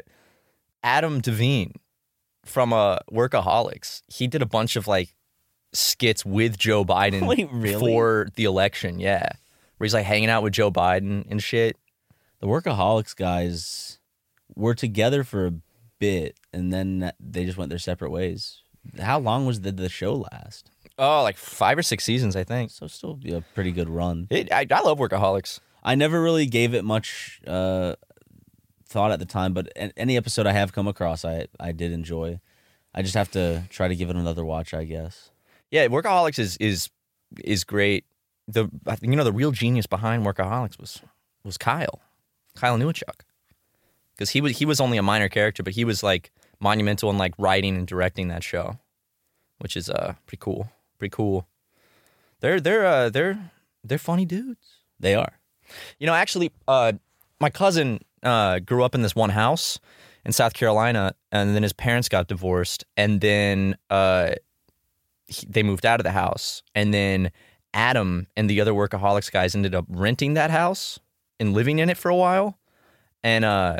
B: Adam Devine from uh, Workaholics. He did a bunch of like skits with Joe Biden
C: Wait, really?
B: for the election. Yeah, where he's like hanging out with Joe Biden and shit.
C: The workaholics guys were together for a bit, and then they just went their separate ways. How long was the, the show last?
B: Oh, like five or six seasons, I think.
C: So still a pretty good run.
B: It, I, I love Workaholics.
C: I never really gave it much uh, thought at the time, but a- any episode I have come across, I I did enjoy. I just have to try to give it another watch, I guess.
B: Yeah, Workaholics is is is great. The I think, you know the real genius behind Workaholics was was Kyle, Kyle Newachuk, because he was he was only a minor character, but he was like monumental in like writing and directing that show, which is uh pretty cool, pretty cool. They're they're uh they're they're funny dudes.
C: They are.
B: You know, actually, uh, my cousin uh, grew up in this one house in South Carolina, and then his parents got divorced, and then uh, he, they moved out of the house, and then Adam and the other workaholics guys ended up renting that house and living in it for a while, and uh,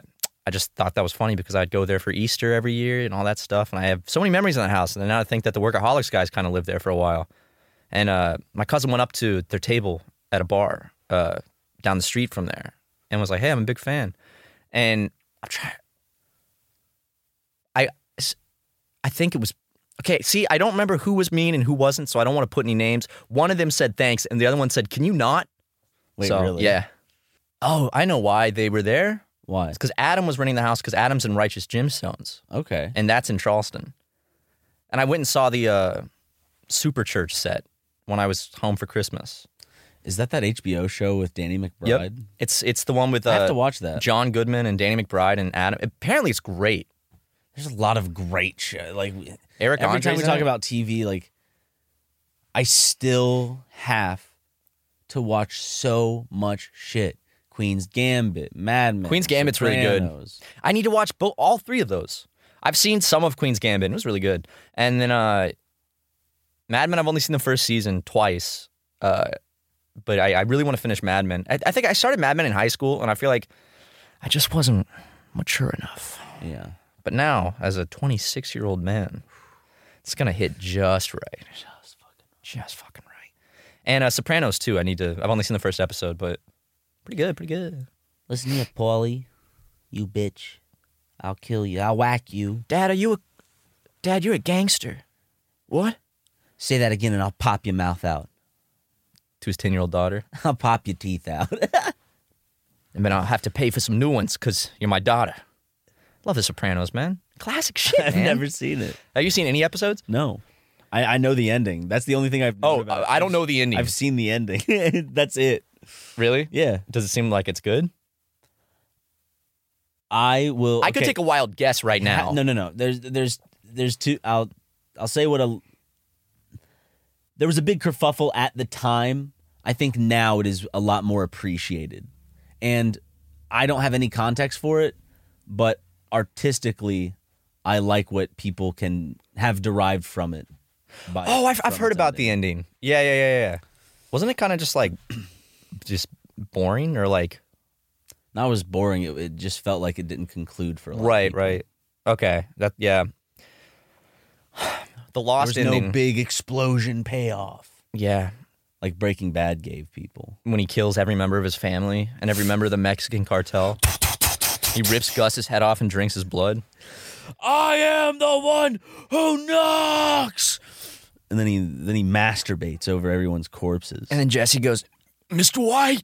B: I just thought that was funny because I'd go there for Easter every year and all that stuff. And I have so many memories in that house. And then now I think that the workaholics guys kind of lived there for a while. And uh, my cousin went up to their table at a bar uh, down the street from there and was like, "Hey, I'm a big fan." And I'm trying. I I think it was okay. See, I don't remember who was mean and who wasn't, so I don't want to put any names. One of them said thanks, and the other one said, "Can you not?"
C: Wait,
B: so,
C: really?
B: Yeah. Oh, I know why they were there.
C: Why?
B: It's because Adam was renting the house because Adam's in Righteous Gemstones,
C: Okay.
B: and that's in Charleston. And I went and saw the uh, Super Church set when I was home for Christmas.
C: Is that that HBO show with Danny McBride?
B: It's it's the one with uh,
C: I have to watch that.
B: John Goodman and Danny McBride and Adam. Apparently, it's great.
C: There's a lot of great show. Like we-
B: Eric
C: every
B: Andre's
C: time we
B: in
C: talk
B: it?
C: about TV, like I still have to watch so much shit. Queen's Gambit, Mad Men.
B: Queen's Gambit's really good.
C: Sopranos.
B: I need to watch bo- all three of those. I've seen some of Queen's Gambit. and It was really good. And then uh, Mad Men, I've only seen the first season twice. Uh, but I, I really want to finish Mad Men. I, I think I started Mad Men in high school, and I feel like I just wasn't mature enough.
C: Yeah.
B: But now, as a 26 year old man, it's gonna hit just right. Just fucking, just fucking right. And uh, Sopranos too. I need to. I've only seen the first episode, but pretty good, pretty good.
C: Listen here, Paulie. You bitch. I'll kill you. I'll whack you.
B: Dad, are you a? Dad, you're a gangster. What?
C: Say that again and I'll pop your mouth out.
B: To his 10 year old daughter.
C: I'll pop your teeth out.
B: And then I'll have to pay for some new ones because you're my daughter. Love The Sopranos, man. Classic shit.
C: I've
B: man.
C: never seen it.
B: Have you seen any episodes?
C: No. I, I know the ending. That's the only thing I've known
B: Oh,
C: about it.
B: I I don't know the ending.
C: I've seen the ending. That's it.
B: really?
C: Yeah.
B: Does it seem like it's good?
C: I will
B: I could
C: okay.
B: take a wild guess right now.
C: Ha- No, no, no. There's there's there's two I'll I'll say what a There was a big kerfuffle at the time. I think now it is a lot more appreciated. And I don't have any context for it, but artistically I like what people can have derived from it. By,
B: Oh, I've,
C: from
B: I've heard
C: its
B: about
C: ending.
B: the ending. Yeah, yeah, yeah, yeah. Wasn't it kind of just like, just boring or like?
C: Not was boring. It, it just felt like it didn't conclude for a lot of
B: Right,
C: people.
B: right. Okay, that yeah. The
C: There
B: lost
C: was
B: ending.
C: no big explosion payoff
B: yeah,
C: like Breaking Bad gave people.
B: when he kills every member of his family and every member of the Mexican cartel. He rips Gus's head off and drinks his blood.
C: I am the one who knocks. And then he then he masturbates over everyone's corpses.
B: And then Jesse goes, Mr. White.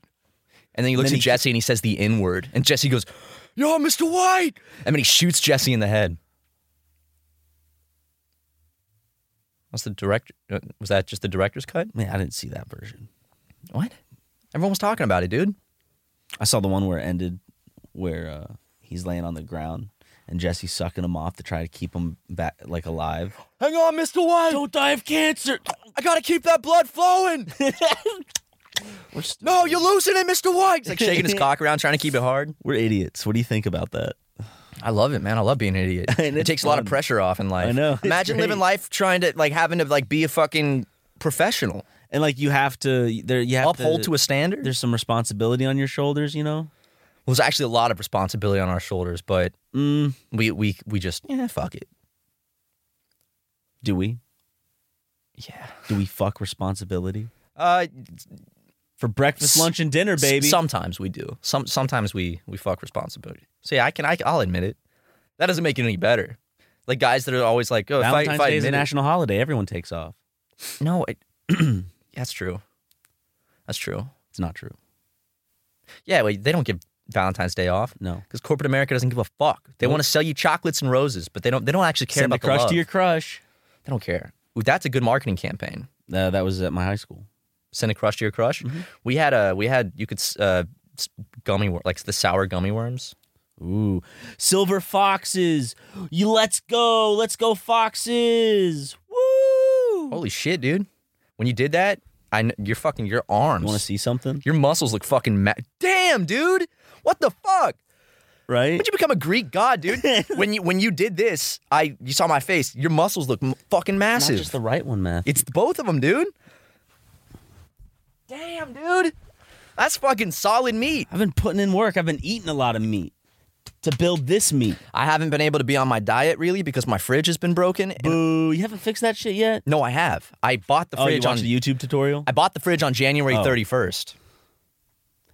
B: And then he looks
C: then
B: at
C: he-
B: Jesse and he says the N word. And Jesse goes, Yo, Mr. White. And then he shoots Jesse in the head. What's the director? uh, Was that just the director's cut?
C: Man, I didn't see that version.
B: What? Everyone was talking about it, dude.
C: I saw the one where it ended where uh, he's laying on the ground and Jesse's sucking him off to try to keep him back like alive.
B: Hang on, Mr. White.
C: Don't die of cancer.
B: I gotta keep that blood flowing.
C: We're, st-
B: No, you're losing it, Mr. White. He's like shaking his cock around, trying to keep it hard.
C: we're idiots. What do you think about that?
B: I love it, man. I love being an idiot.
C: And
B: It
C: it's
B: takes a lot of
C: fun.
B: pressure off in life.
C: I know, it's
B: Imagine living
C: great.
B: life trying to like having to like be a fucking professional,
C: And like you have to there you have
B: uphold to a standard.
C: there's some responsibility on your shoulders, you know?
B: Well, there's actually a lot of responsibility on our shoulders, but
C: Mm,
B: we we we just yeah, fuck it.
C: do we?
B: Yeah.
C: Do we fuck responsibility?
B: Uh,
C: For breakfast,
B: S-
C: lunch, and dinner,
B: s-
C: baby.
B: sometimes we do. Some sometimes we we fuck responsibility. So yeah, I can I, I'll admit it. That doesn't make it any better. Like guys that are always like, oh, if I,
C: Valentine's
B: if I
C: Day is a
B: admit it-
C: national holiday. Everyone takes off.
B: No, it, that's true. That's true.
C: It's not true.
B: Yeah, wait, they don't give Valentine's Day off
C: No.
B: because corporate America doesn't give a fuck. They want to sell you chocolates and roses, but they don't. They don't actually care
C: Send
B: about
C: a crush
B: the love.
C: to your crush.
B: They don't care. Ooh, that's a good marketing campaign.
C: Uh, that was at my high school.
B: Send a crush to your crush.
C: Mm-hmm.
B: We had a. We had you could s- uh, s- gummy wor- like the sour gummy worms.
C: Ooh, silver foxes. You let's go, let's go foxes. Woo!
B: Holy shit, dude! When you did that, I kn- your fucking your arms.
C: You want to see something,
B: Your muscles look fucking ma- damn, dude. What the fuck?
C: right?
B: When'd you become a Greek god, dude? when you when you did this, I you saw my face. Your muscles look m- fucking
C: Not
B: massive.
C: just the right one, Matt.
B: It's both of them, dude. Damn, dude. That's fucking solid meat.
C: I've been putting in work. I've been eating a lot of meat. to build this meat.
B: I haven't been able to be on my diet really because my fridge has been broken. and-
C: Boo! You haven't fixed that shit yet.
B: no, I have. I bought the
C: Oh, you
B: fridge on
C: watched the YouTube tutorial?
B: I bought the fridge on January
C: Oh.
B: 31st.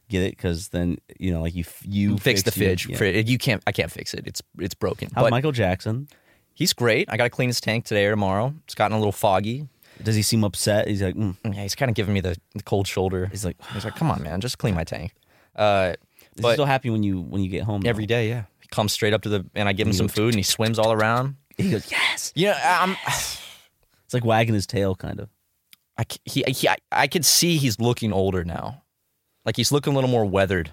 C: Get it? Because then you know, like you f- you
B: Fix the
C: your-
B: fridge.
C: yeah.
B: Fri- You can't. I can't fix it. It's it's broken.
C: How's
B: but
C: Michael Jackson?
B: he's great. I got to clean his tank today or tomorrow. It's gotten a little foggy.
C: Does he seem upset? He's like, mm.
B: Yeah, he's kind of giving me the, the cold shoulder.
C: he's like,
B: He's like, "Come on, man, just clean my tank." Uh,
C: is he
B: but
C: still happy when you when you get home? though?
B: every day, yeah, he comes straight up to the and I give him some food and he swims all around.
C: he goes, yes.
B: You know, I- I'm.
C: It's like wagging his tail, kind of.
B: I c he, he I, I could see he's looking older now. Like he's looking a little more weathered.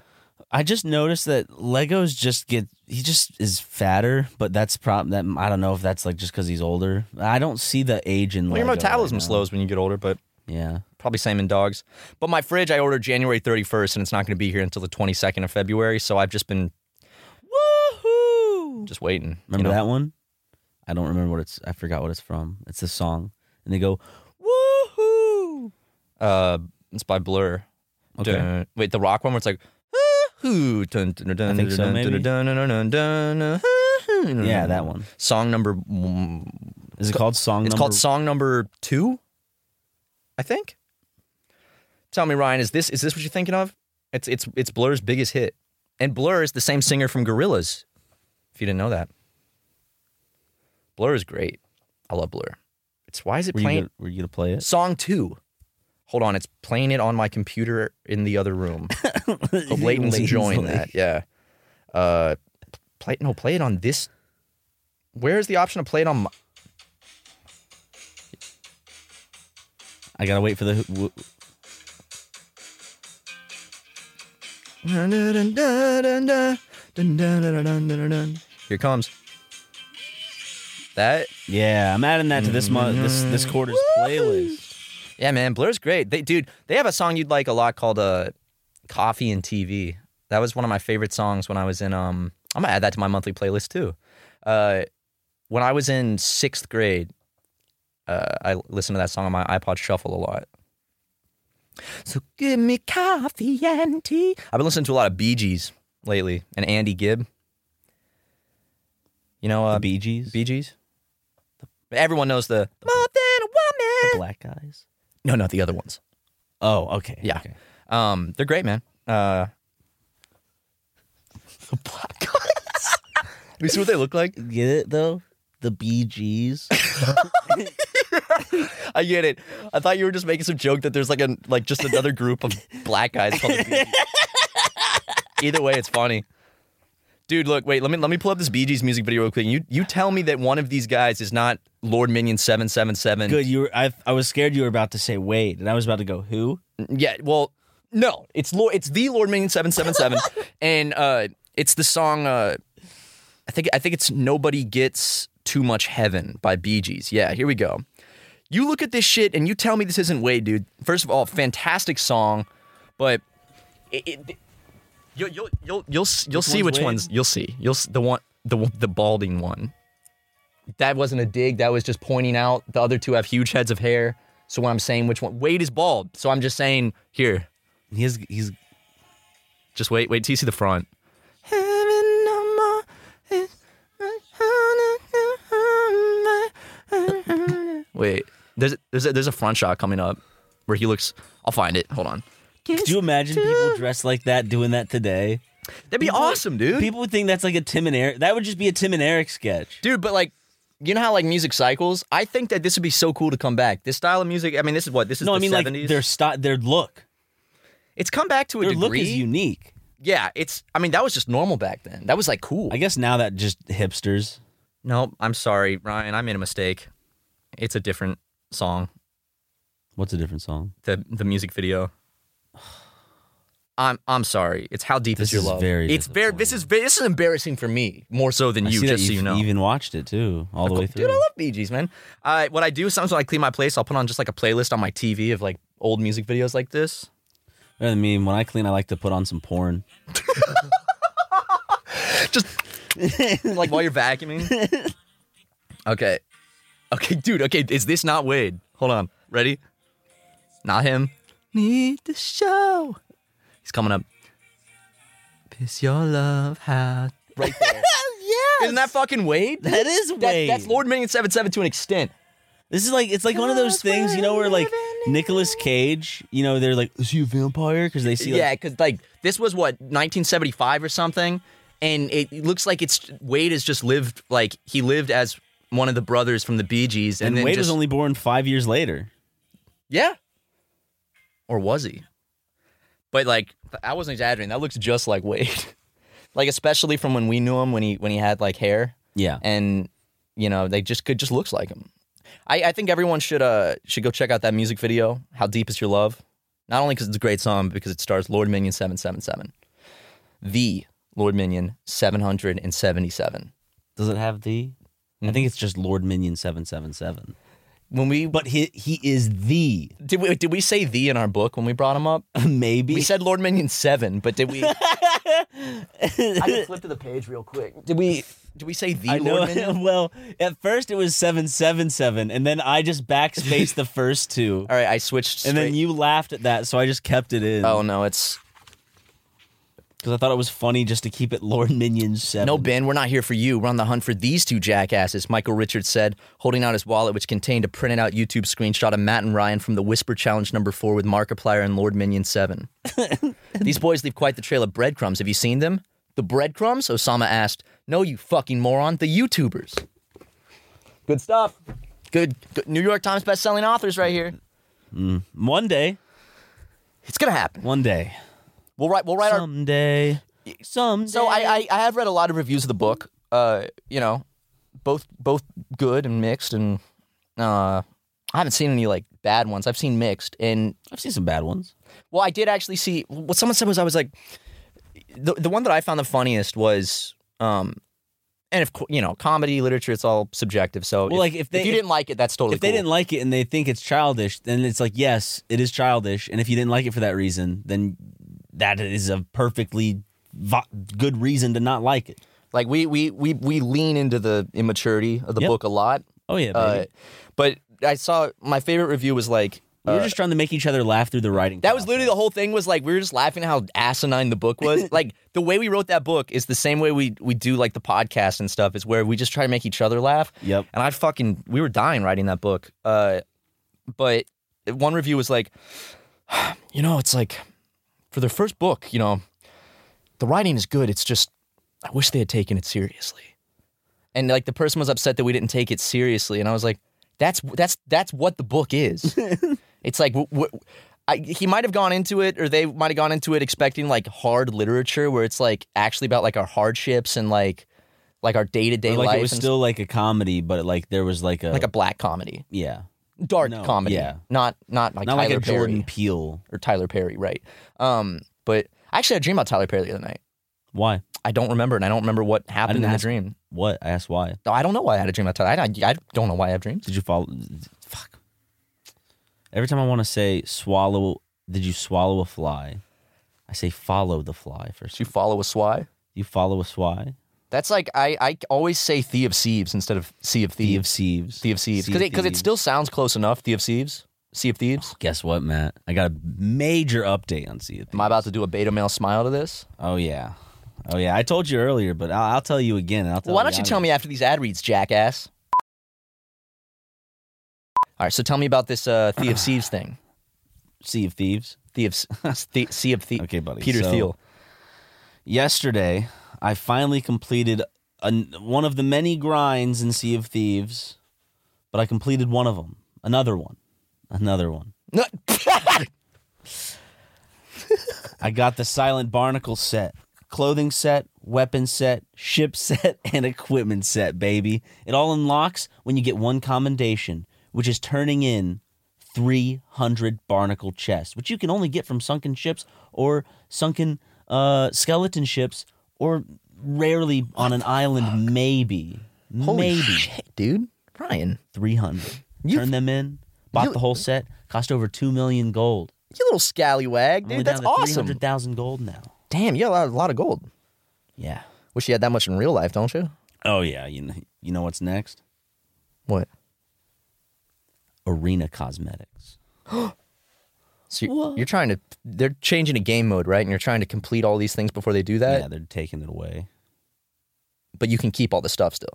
C: I just noticed that Legos just get he just is fatter, but that's prob that I don't know if that's like just because he's older. I don't see the age in.
B: Well, your
C: Lego right
B: metabolism
C: now.
B: slows when you get older, but
C: Yeah,
B: probably same in dogs. But my fridge I ordered January 31st and it's not going to be here until the 22nd of February, so I've just been woohoo just waiting.
C: remember
B: you know?
C: that one? I don't remember what it's. I forgot what it's from. It's a song, and they go, "Woohoo!"
B: that? Uh it's by Blur.
C: Okay.
B: Dun- wait, the rock one where it's like woohoo dun dun dun
C: think so,
B: dun
C: maybe.
B: dun dun dun dun dun dun dun.
C: Yeah, that one.
B: Song number mm,
C: Is it called song?
B: Hmm. It's
C: number-
B: called song number two, I think. Tell me, Ryan, is this is this what you're thinking of? It's it's it's Blur's biggest hit, and Blur is the same singer from Gorillaz. If you didn't know that, Blur is great. I love Blur. It's why is it
C: Were you,
B: playing
C: gonna, were you gonna play it?
B: song two? Hold on, it's playing it on my computer in the other room. Hope Leighton's enjoying that. Yeah. Uh, play no, play it on this. Where is the option to play it on? My,
C: I gotta wait for the. w-
B: Here it comes. That
C: Yeah, I'm adding that to this month. This this quarter's playlist.
B: yeah, man, Blur's great. They dude, they have a song you'd like a lot called uh, "Coffee and TV." That was one of my favorite songs when I was in um. I'm gonna add that to my monthly playlist too. Uh, when I was in sixth grade, uh, I listened to that song on my iPod Shuffle a lot. So give me coffee and tea. I've been listening to a lot of Bee Gees lately and Andy Gibb. You know, uh,
C: The Bee Gees,
B: Bee Gees. Everyone knows the more than a woman.
C: the Black Guys.
B: No, not the other ones.
C: Oh, okay.
B: Yeah.
C: okay.
B: Um, they're great, man. Uh, the black guys. you see what they look like?
C: Get it though? The BGs.
B: I get it. I thought you were just making some joke that there's like a like just another group of black guys called the Bee Gees. Either way, it's funny. Dude, look, wait, let me let me pull up this Bee Gees music video real quick. You you tell me that one of these guys is not Lord Minion seven seven seven.
C: Good. You were. I, I was scared you were about to say Wade, and I was about to go who?
B: Yeah, well, no, it's Lord, it's the Lord Minion seven seven seven, and uh, it's the song. Uh, I think I think it's "Nobody Gets Too Much Heaven" by Bee Gees. Yeah, here we go. You look at this shit and you tell me this isn't way, dude. First of all, fantastic song, but it, it, you'll you'll you'll you'll, s- you'll see
C: one's
B: which
C: Wade?
B: ones you'll see. You'll s- the one the one- the balding one. That wasn't a dig. That was just pointing out the other two have huge heads of hair. So when I'm saying which one, Wade is bald. So I'm just saying here,
C: He's he's
B: just wait, wait till you see the front. Wait, there's there's a, there's a front shot coming up where he looks. I'll find it. Hold on.
C: Could you imagine people dressed like that doing that today?
B: That'd be awesome, dude.
C: People would think that's like a Tim and Eric. That would just be a Tim and Eric sketch.
B: dude but like you know how like music cycles i think that this would be so cool to come back this style of music i mean this is what this is
C: no,
B: the
C: I mean
B: 70s
C: like their sti- their look.
B: it's come back to a
C: Their
B: degree
C: look is unique.
B: yeah it's i mean that was just normal back then that was like cool
C: I guess now that just hipsters.
B: no i'm sorry ryan i made a mistake it's a different song
C: What's a different song?
B: the the music video I'm I'm sorry. It's how deep
C: This
B: is your
C: is
B: love?
C: very
B: it's very. This is ve- this is embarrassing for me more so than
C: I
B: you.
C: see that
B: Just so you know,
C: even watched it too, all the way through.
B: Dude, I love Bee Gees, man. Uh, what I do sometimes when I clean my place, I'll put on just like a playlist on my TV of like old music videos like this.
C: Better than me. When I clean, I like to put on some porn.
B: Just like while you're vacuuming. Okay. Okay, dude. Okay, is this not Wade? Hold on. Ready? Not him. Need the show. He's coming up. Piss your love out right there.
C: yeah,
B: Isn't that fucking Wade?
C: That is
B: That-
C: Wade.
B: that's Lord Minion 77 to an extent.
C: This is like it's like one of those things, you know, where like Nicolas Cage, you know, they're like, is he a vampire? Because they see like
B: yeah, because like this was what 1975 or something, and it looks like it's Wade has just lived like he lived as one of the brothers from the Bee Gees, and,
C: and,
B: then
C: Wade
B: just,
C: was only born five years later.
B: yeah, or was he? But like I wasn't exaggerating. That looks just like Wade, like especially from when we knew him when he when he had like hair
C: Yeah,
B: and you know they just could just looks like him. I, I think everyone should uh should go check out that music video. How deep is your love? Not only because it's a great song, but because it stars Lord Minion seven seven seven, the Lord Minion seven hundred and seventy seven.
C: does it have the? I think it's just Lord Minion seven seven seven.
B: When we
C: But he he is the
B: did we did we say the in our book when we brought him up?
C: maybe.
B: We said Lord Minion seven, but did we? I can flip to the page real quick. Did we? Did we say the
C: I know.
B: Lord Minion?
C: well, at first it was seven seven seven, and then I just backspaced the first two,
B: All right, I switched.
C: and then
B: straight-
C: you laughed at that, so I just kept it in
B: Oh no, it's
C: because I thought it was funny just to keep it Lord Minion seven.
B: No, Ben, we're not here for you. We're on the hunt for these two jackasses, Michael Richards said, holding out his wallet, which contained a printed out YouTube screenshot of Matt and Ryan from the Whisper Challenge number four with Markiplier and Lord Minion 7. these boys leave quite the trail of breadcrumbs. Have you seen them? The breadcrumbs? Osama asked. No, you fucking moron. The YouTubers. Good stuff. Good, good New York Times best-selling authors right here.
C: one day,
B: It's gonna happen.
C: one day,
B: We'll write. We'll write our
C: someday, someday.
B: So I, I I have read a lot of reviews of the book. Uh, you know, both both good and mixed, and uh, I haven't seen any like bad ones. I've seen mixed, and
C: I've seen some bad ones.
B: well, I did actually see what someone said was I was like, the the one that I found the funniest was um. And if you know comedy literature, it's all subjective. So
C: Well,
B: if-
C: like, if they-
B: you
C: if-
B: didn't like it, that's totally
C: if they
B: cool.
C: didn't like it and they think it's childish, then it's like, yes, it is childish. And if you didn't like it for that reason, then that is a perfectly vo- good reason to not like it.
B: like we we we we lean into the immaturity of the
C: Yep.
B: book a lot.
C: Oh yeah, baby.
B: Uh, but I saw my favorite review was like uh,
C: we were just trying to make each other laugh through the writing.
B: That was literally the whole thing. Was like we were just laughing at how asinine the book was. like the way we wrote that book is the same way we we do like the podcast and stuff. Is where we just try to make each other laugh.
C: Yep.
B: And I fucking we were dying writing that book. Uh, but one review was like, you know, it's like for their first book, you know, the writing is good. It's just I wish they had taken it seriously. And like the person was upset that we didn't take it seriously, and I was like, that's that's that's what the book is. It's like w- w- I, he might have gone into it, or they might have gone into it expecting like hard literature, where it's like actually about like our hardships and like like our day to day
C: Or, like
B: life,
C: it was
B: and
C: still like a comedy, but like there was like a
B: like a black comedy,
C: yeah,
B: dark
C: No,
B: comedy,
C: yeah.
B: not not like
C: not
B: Tyler
C: like a
B: Perry
C: Jordan Peele.
B: or Tyler Perry, right? Um, but I actually had a dream about Tyler Perry the other night.
C: Why?
B: I don't remember, and I don't remember what happened in
C: ask-
B: the dream.
C: What? I asked why.
B: No, I don't know why I had a dream about Tyler. I, I don't know why I have dreams.
C: Did you follow? Fuck. Every time I want to say swallow, did you swallow a fly? I say follow the fly
B: Did
C: first.
B: you follow a swy?
C: You follow a swy.
B: That's like I, I always say Thea of Thieves instead of Sea of
C: Sea
B: Thieves.
C: of Thieves.
B: Sea of Thieves. Because it, 'cause it still sounds close enough, Sea of Thieves. Sea of Thieves.
C: Guess what, Matt? I got a major update on Sea of
B: Am
C: Thieves.
B: I about to do a beta male smile to this?
C: Oh yeah, oh yeah. I told you earlier, but I'll, I'll tell you again. and I'll tell
B: Well, why don't you tell me after these ad reads, jackass? All right, so tell me about this uh, Thea of Thieves thing.
C: Sea of Thieves?
B: Thea of, Thea, sea of Thieves.
C: Okay, buddy.
B: Peter
C: So-
B: Thiel.
C: Yesterday, I finally completed an, one of the many grinds in Sea of Thieves, but I completed one of them. Another one. Another one.
B: No.
C: I got the Silent Barnacle set, clothing set, weapon set, ship set, and equipment set, baby. It all unlocks when you get one commendation, which is turning in 300 barnacle chests, which you can only get from sunken ships or sunken uh, skeleton ships or rarely on an island, maybe.
B: Holy
C: maybe
B: shit, dude. Ryan,
C: 300.
B: You-
C: Turn them in, bought
B: you-
C: the whole set, cost over 2 million gold.
B: you little scallywag,
C: I'm
B: dude.
C: only
B: That's
C: down to
B: awesome.
C: 300,000 gold now.
B: Damn, you got a lot of gold.
C: Yeah.
B: Wish you had that much in real life, don't you?
C: Oh yeah, you know, you know what's next?
B: What?
C: Arena Cosmetics.
B: So you're, you're trying to, they're changing to game mode, right? And you're trying to complete all these things before they do that?
C: yeah, they're taking it away.
B: but you can keep all the stuff still.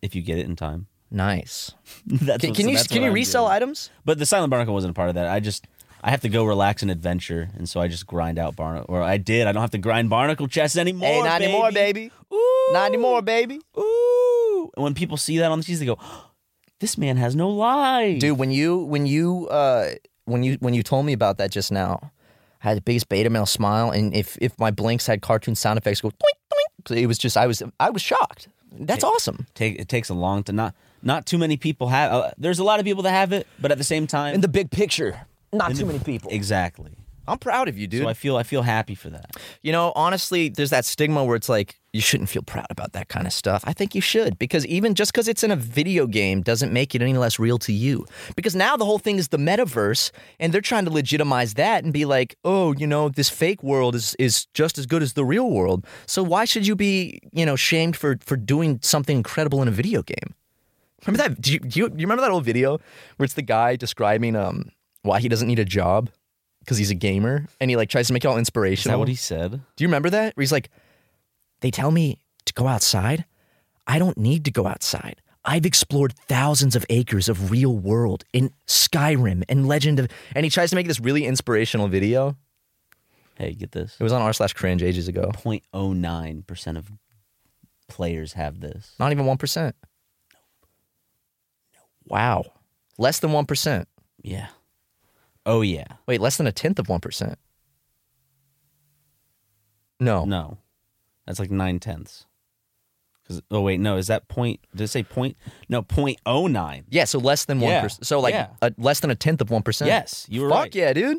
C: if you get it in time.
B: Nice.
C: that's
B: Can, can
C: what- so
B: you
C: that's
B: can
C: what
B: you
C: I'm
B: resell
C: doing.
B: items?
C: But the silent barnacle wasn't a part of that. I just I have to go relax and adventure, and so I just grind out barnacle. Or I did. I don't have to grind barnacle chests anymore.
B: hey, not anymore, baby.
C: Ooh,
B: Not anymore, baby.
C: Ooh. And when people see that on the cheese, they go, "This man has no lie."
B: Dude, when you when you uh when you when you told me about that just now, I had the biggest beta male smile, and if if my blinks had cartoon sound effects, go doink doink. It was just I was I was shocked. That's awesome.
C: take it takes a long to not not too many people have. Uh, there's a lot of people that have it, but at the same time,
B: In the big picture, not
C: in
B: too
C: the-
B: many people.
C: Exactly.
B: I'm proud of you, dude.
C: So I feel I feel happy for that.
B: You know, honestly, there's that stigma where it's like you shouldn't feel proud about that kind of stuff. I think you should because even just because it's in a video game doesn't make it any less real to you. Because now the whole thing is the metaverse, and they're trying to legitimize that and be like, oh, you know, this fake world is is just as good as the real world. So why should you be, you know, shamed for for doing something incredible in a video game? Remember that? Do you, do you, do you remember that old video where it's the guy describing um why he doesn't need a job because he's a gamer and he like tries to make it all
C: Is
B: inspirational.
C: that what he said?
B: Do you remember that? Where he's like, they tell me to go outside. I don't need to go outside. I've explored thousands of acres of real world in Skyrim and Legend of. And he tries to make this really inspirational video.
C: Hey, get this.
B: It was on r slash cringe ages ago.
C: 0.09 percent of players have this.
B: Not even one percent. Wow, less than one percent.
C: Yeah. Oh yeah.
B: Wait, less than a tenth of one percent. No,
C: No, that's like nine tenths. 'Cause- oh wait, no, is that point? Did it say point? No, point oh nine.
B: Yeah, so less than one
C: Yeah,
B: percent. So like
C: yeah.
B: a, less than a tenth of one percent.
C: Yes, you were
B: Fuck
C: right.
B: yeah, dude.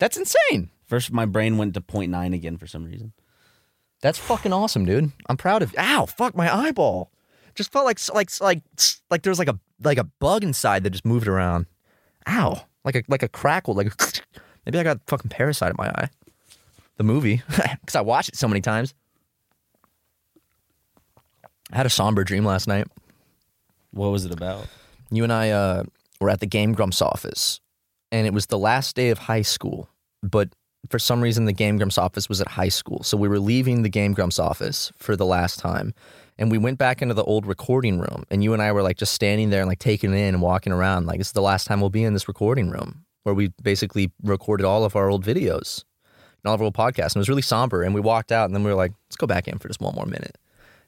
B: That's insane.
C: First, my brain went to point nine again for some reason.
B: That's fucking awesome, dude. I'm proud of. Ow, fuck my eyeball. Just felt like like like like there was like a like a bug inside that just moved around. Ow, like a like a crackle. Like a maybe I got a fucking parasite in my eye. The movie, because I watched it so many times. I had a somber dream last night.
C: What was it about?
B: you and I uh, were at the Game Grumps office, and it was the last day of high school. But for some reason, the Game Grumps office was at high school, so we were leaving the Game Grumps office for the last time, and we went back into the old recording room. And you and I were like just standing there and like taking it in and walking around, like this is the last time we'll be in this recording room where we basically recorded all of our old videos and all of our old podcasts. And it was really somber. And we walked out, and then we were like, let's go back in for just one more minute.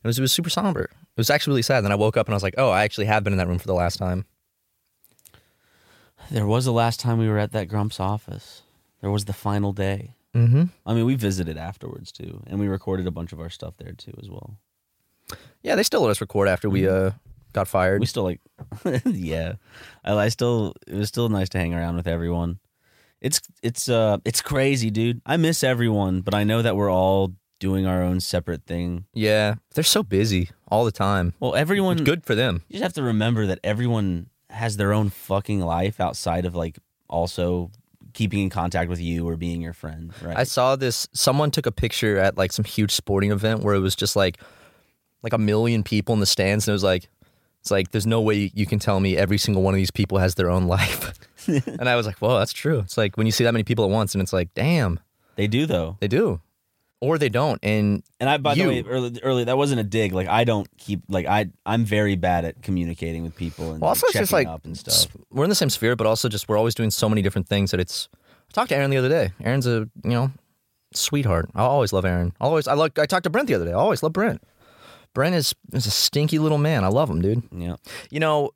B: It was it was super somber. It was actually really sad. And then I woke up and I was like, oh, I actually have been in that room for the last time.
C: There was the last time we were at that Grumps office. There was the final day.
B: Mm-hmm.
C: I mean, we visited afterwards too, and we recorded a bunch of our stuff there too as well.
B: Yeah, they still let us record after we uh got fired.
C: We still like, yeah. I, I still it was still nice to hang around with everyone. It's it's uh it's crazy, dude. I miss everyone, but I know that we're all doing our own separate thing.
B: yeah, they're so busy all the time.
C: Well, everyone
B: Good for them.
C: You just have to remember that everyone has their own fucking life outside of like also keeping in contact with you or being your friend, right?
B: I saw this. Someone took a picture at like some huge sporting event where it was just like like a million people in the stands, and it was like it's like there's no way you can tell me every single one of these people has their own life. and I was like, whoa, that's true. It's like when you see that many people at once, and it's like, damn,
C: they do though.
B: they do, or they don't. And
C: And I by
B: You.
C: the way early, early that wasn't a dig. Like I don't keep like I I'm very bad at communicating with people and
B: Well, also it's
C: like, checking
B: just like
C: up and
B: s-
C: stuff.
B: we're in the same sphere, but also just we're always doing so many different things that it's. I talked to Aaron the other day. Aaron's a you know sweetheart. I always love Aaron. I always I like I talked to Brent the other day. I always love Brent. Brent is is a stinky little man. I love him, dude.
C: Yeah.
B: You know,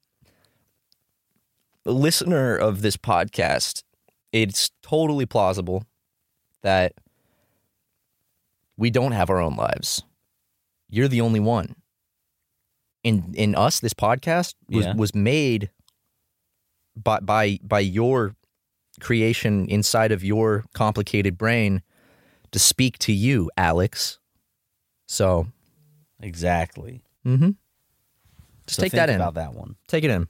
B: the listener of this podcast, it's totally plausible that we don't have our own lives. You're the only one. In in us, this podcast was,
C: Yeah.
B: was made by by by your creation inside of your complicated brain to speak to you, Alex. So
C: Exactly.
B: mm-hmm. just
C: So
B: take
C: think
B: that in.
C: about that one.
B: Take it in.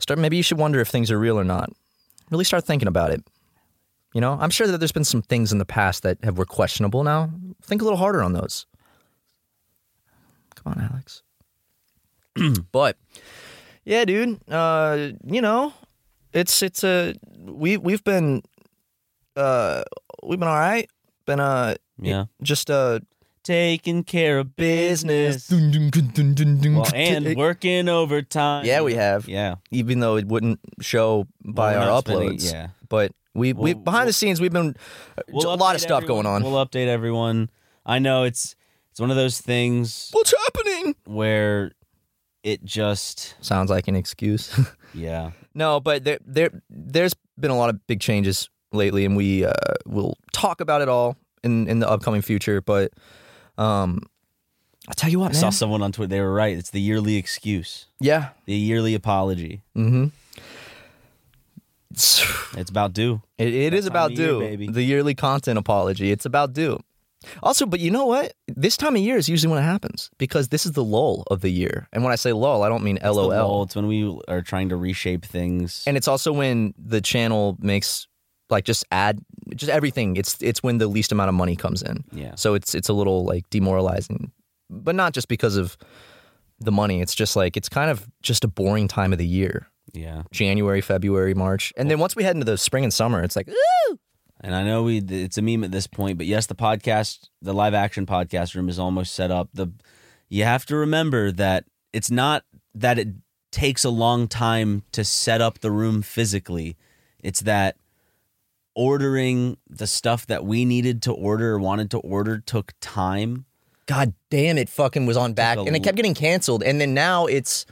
B: Start. Maybe you should wonder if things are real or not. Really start thinking about it. You know, I'm sure that there's been some things in the past that have were questionable. Now, think a little harder on those. Come on, Alex. but yeah, dude. Uh, you know, it's it's a we we've been uh we've been all right. Been uh
C: Yeah.
B: just uh
C: taking care of business.
B: Dun, dun, dun, dun, dun, dun.
C: Well, and working overtime.
B: yeah, we have.
C: Yeah.
B: Even though it wouldn't show by
C: We're
B: our uploads,
C: not spending- yeah.
B: but we we
C: We'll-
B: behind
C: we'll-
B: the scenes we've been
C: We'll
B: a lot
C: update
B: of stuff
C: everyone.
B: going on.
C: We'll update everyone. I know it's it's one of those things
B: What's happening?
C: where it just
B: Sounds like an excuse.
C: yeah.
B: No, but there there there's been a lot of big changes lately, and we uh, will talk about it all in in the upcoming future. But um, I'll tell you what,
C: I saw
B: man.
C: someone on Twitter. They were right. It's the yearly excuse,
B: Yeah.
C: the yearly apology.
B: Mm-hmm.
C: It's about due.
B: It, it
C: That
B: is
C: time
B: about
C: of year,
B: due.
C: baby.
B: The yearly content apology. It's about due. Also, but you know what? This time of year is usually when it happens because this is the lull of the year. And when I say lull, I don't mean
C: It's the
B: LOL.
C: lull. It's when we are trying to reshape things.
B: And it's also when the channel makes like just add just everything. It's it's when the least amount of money comes in.
C: yeah.
B: So it's it's a little like demoralizing, but not just because of the money. It's just like it's kind of just a boring time of the year.
C: Yeah.
B: January, February, March, and then once we head into the spring and summer, it's like
C: And I know we it's a meme at this point, but yes, the podcast, the live action podcast room is almost set up. The you have to remember that it's not that it takes a long time to set up the room physically. It's that ordering the stuff that we needed to order or wanted to order took time.
B: God damn it, fucking was on back,
C: a
B: and it kept getting canceled, and then now it's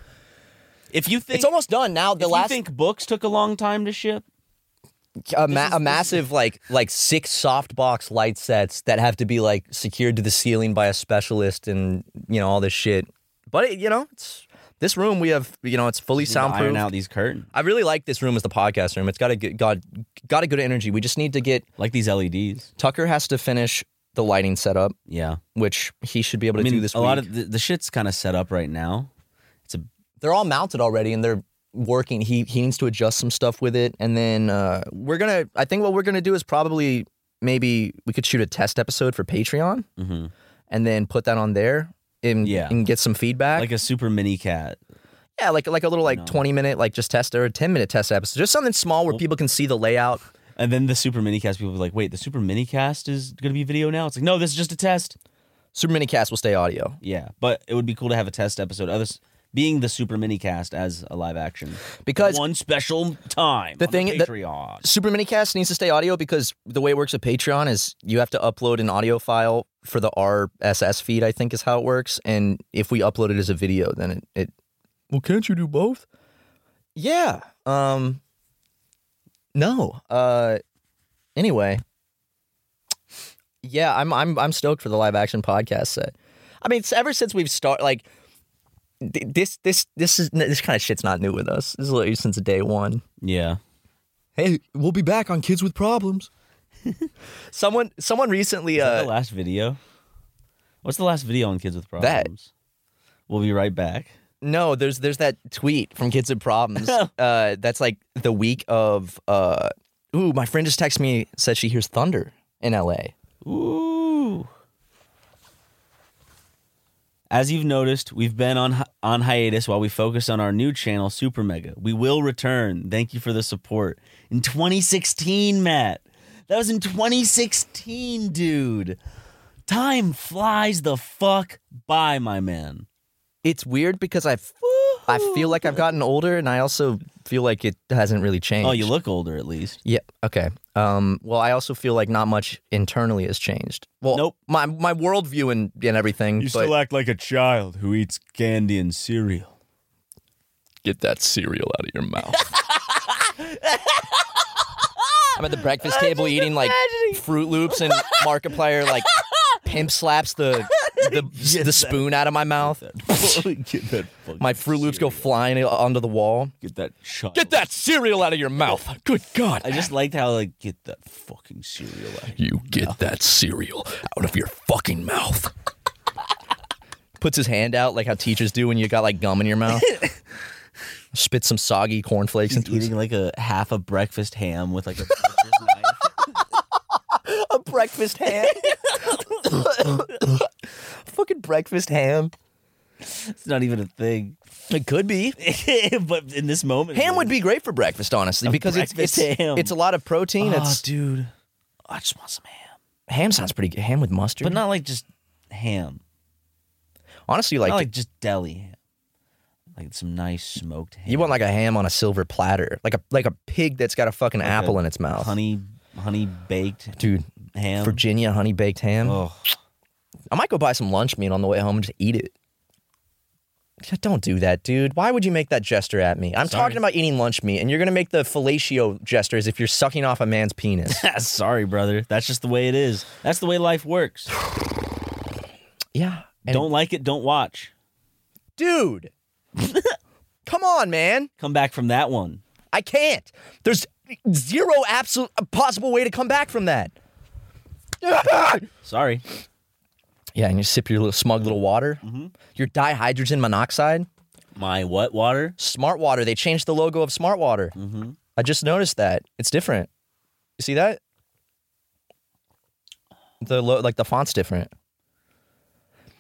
C: If you think
B: it's almost done. Now
C: if
B: the
C: you
B: last
C: think books took a long time to ship,
B: a, ma- a massive like like six softbox light sets that have to be like secured to the ceiling by a specialist, and you know all this shit. But it, you know, it's this room we have. You know, it's fully
C: you need to iron
B: soundproof.
C: out these curtains
B: I really like this room as the podcast room. It's got a good, got got a good energy. We just need to get
C: like these E LEDs.
B: Tucker has to finish the lighting setup,
C: Yeah,
B: which he should be able to
C: I mean,
B: do this
C: a
B: week.
C: lot of the, the shit's kind of set up right now.
B: they're all mounted already and they're working. He he needs to adjust some stuff with it, and then uh, we're gonna. I think what we're gonna do is probably maybe we could shoot a test episode for Patreon
C: Mm-hmm.
B: and then put that on there. And,
C: Yeah.
B: and get some feedback.
C: like a super mini cat.
B: yeah, like like a little like
C: No.
B: twenty minute like just test or a ten minute test episode. Just something small where people can see the layout.
C: And then the super mini cast people were like, wait, the super mini cast is gonna be video now? It's like, no, this is just a test.
B: Super minicast will stay audio.
C: Yeah, but it would be cool to have a test episode. Others being the super mini cast as a live action
B: Because
C: one special time.
B: The
C: on
B: thing- the-
C: Patreon.
B: Super Minicast needs to stay audio because the way it works with Patreon is you have to upload an audio file for the RSS feed, I think is how it works. And if we upload it as a video, then it, it Well, can't you do both? Yeah. Um No. Uh anyway. Yeah, I'm I'm I'm stoked for the live action podcast set. I mean, it's ever since we've started like th- this this this is this kind of shit's not new with us. This is literally since day one
C: yeah,
B: hey, we'll be back on Kids with Problems. someone, someone recently,
C: Is that
B: uh,
C: the last video. What's the last video on Kids with
B: That.
C: Problems? We'll be right back.
B: no, there's there's that tweet from Kids with Problems.
C: Oh.
B: uh, that's like the week of, uh, ooh, my friend just texted me said she hears thunder in L.A.
C: Ooh. As you've noticed, we've been on hi- on hiatus while we focus on our new channel, Super Mega. We will return. Thank you for the support. In 2016, Matt. That was in 2016, dude. Time flies the fuck by, my man.
B: It's weird because I, f- I feel like I've gotten older, and I also feel like it hasn't really changed.
C: Oh, you look older at least.
B: Yeah. Okay. Um, well, I also feel like not much internally has changed. Well,
C: Nope.
B: My my worldview and, and everything. but
C: act like a child who eats candy and cereal.
B: Get that cereal out of your mouth. I'm at the breakfast table eating like Fruit Loops and Markiplier like pimp slaps the the, the spoon out of my mouth.
C: Get that fucking
B: My Fruit Loops go flying onto the wall.
C: Get that child.
B: Get that cereal out of your mouth. Good God.
C: I just liked how like get that fucking cereal out. of here.
B: You get that cereal out of your fucking mouth. Puts his hand out like how teachers do when you got like gum in your mouth. Spit some soggy cornflakes
C: He's
B: into his
C: eating like a half a breakfast ham with like a butcher's knife.
B: a breakfast ham. Fucking breakfast ham.
C: It's not even a thing.
B: It could be.
C: but in this moment,
B: Ham would be great for breakfast, honestly, because
C: breakfast
B: it's it's,
C: ham.
B: it's a lot of protein.
C: Oh,
B: it's
C: dude, I just want some ham,
B: ham sounds pretty good. Ham with mustard,
C: but not like just ham.
B: Honestly, like,
C: Not like just deli ham. Like some nice smoked ham.
B: you want like a ham on a silver platter, like a like a pig that's got a fucking
C: Like
B: apple
C: a
B: in its mouth.
C: honey honey baked
B: Dude,
C: ham.
B: Virginia honey baked ham.
C: Oh,
B: I might go buy some lunch meat on the way home and just eat it. Yeah, Don't do that, dude. Why would you make that gesture at me? I'm talking about eating lunch meat, and you're gonna make the fellatio gesture as if you're sucking off a man's penis.
C: sorry, brother. That's just the way it is. That's the way life works.
B: yeah. And-
C: don't like it, don't watch.
B: dude. Come on, man.
C: Come back from that one.
B: I can't. There's zero absolute uh, possible way to come back from that.
C: Sorry.
B: Yeah, and you sip your little smug little water. Your dihydrogen monoxide.
C: My what water?
B: Smart Water. They changed the logo of Smart Water. I just noticed that it's different. You see that? The lo- like the font's different.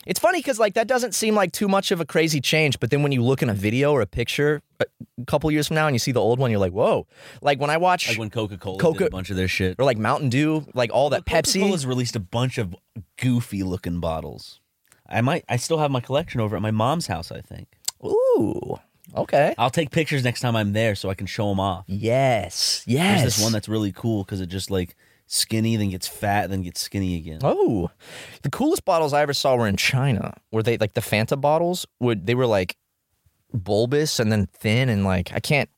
B: It's funny because like that doesn't seem like too much of a crazy change, but then when you look in a video or a picture a couple years from now and you see the old one, you're like, whoa! Like when I watch
C: Like when Coca Cola did
B: Coca-
C: a bunch of their shit.
B: or like Mountain Dew, like all that
C: Coca
B: Pepsi.
C: Cola's released a bunch of goofy looking bottles. I might. I still have my collection over at my mom's house. I think
B: Ooh, okay.
C: I'll take pictures next time I'm there so I can show them off.
B: Yes, yes.
C: There's this one that's really cool because it just like skinny, then gets fat, then gets skinny again.
B: Oh, the coolest bottles I ever saw were in China, where they like the Fanta bottles would they were like bulbous and then thin and like I can't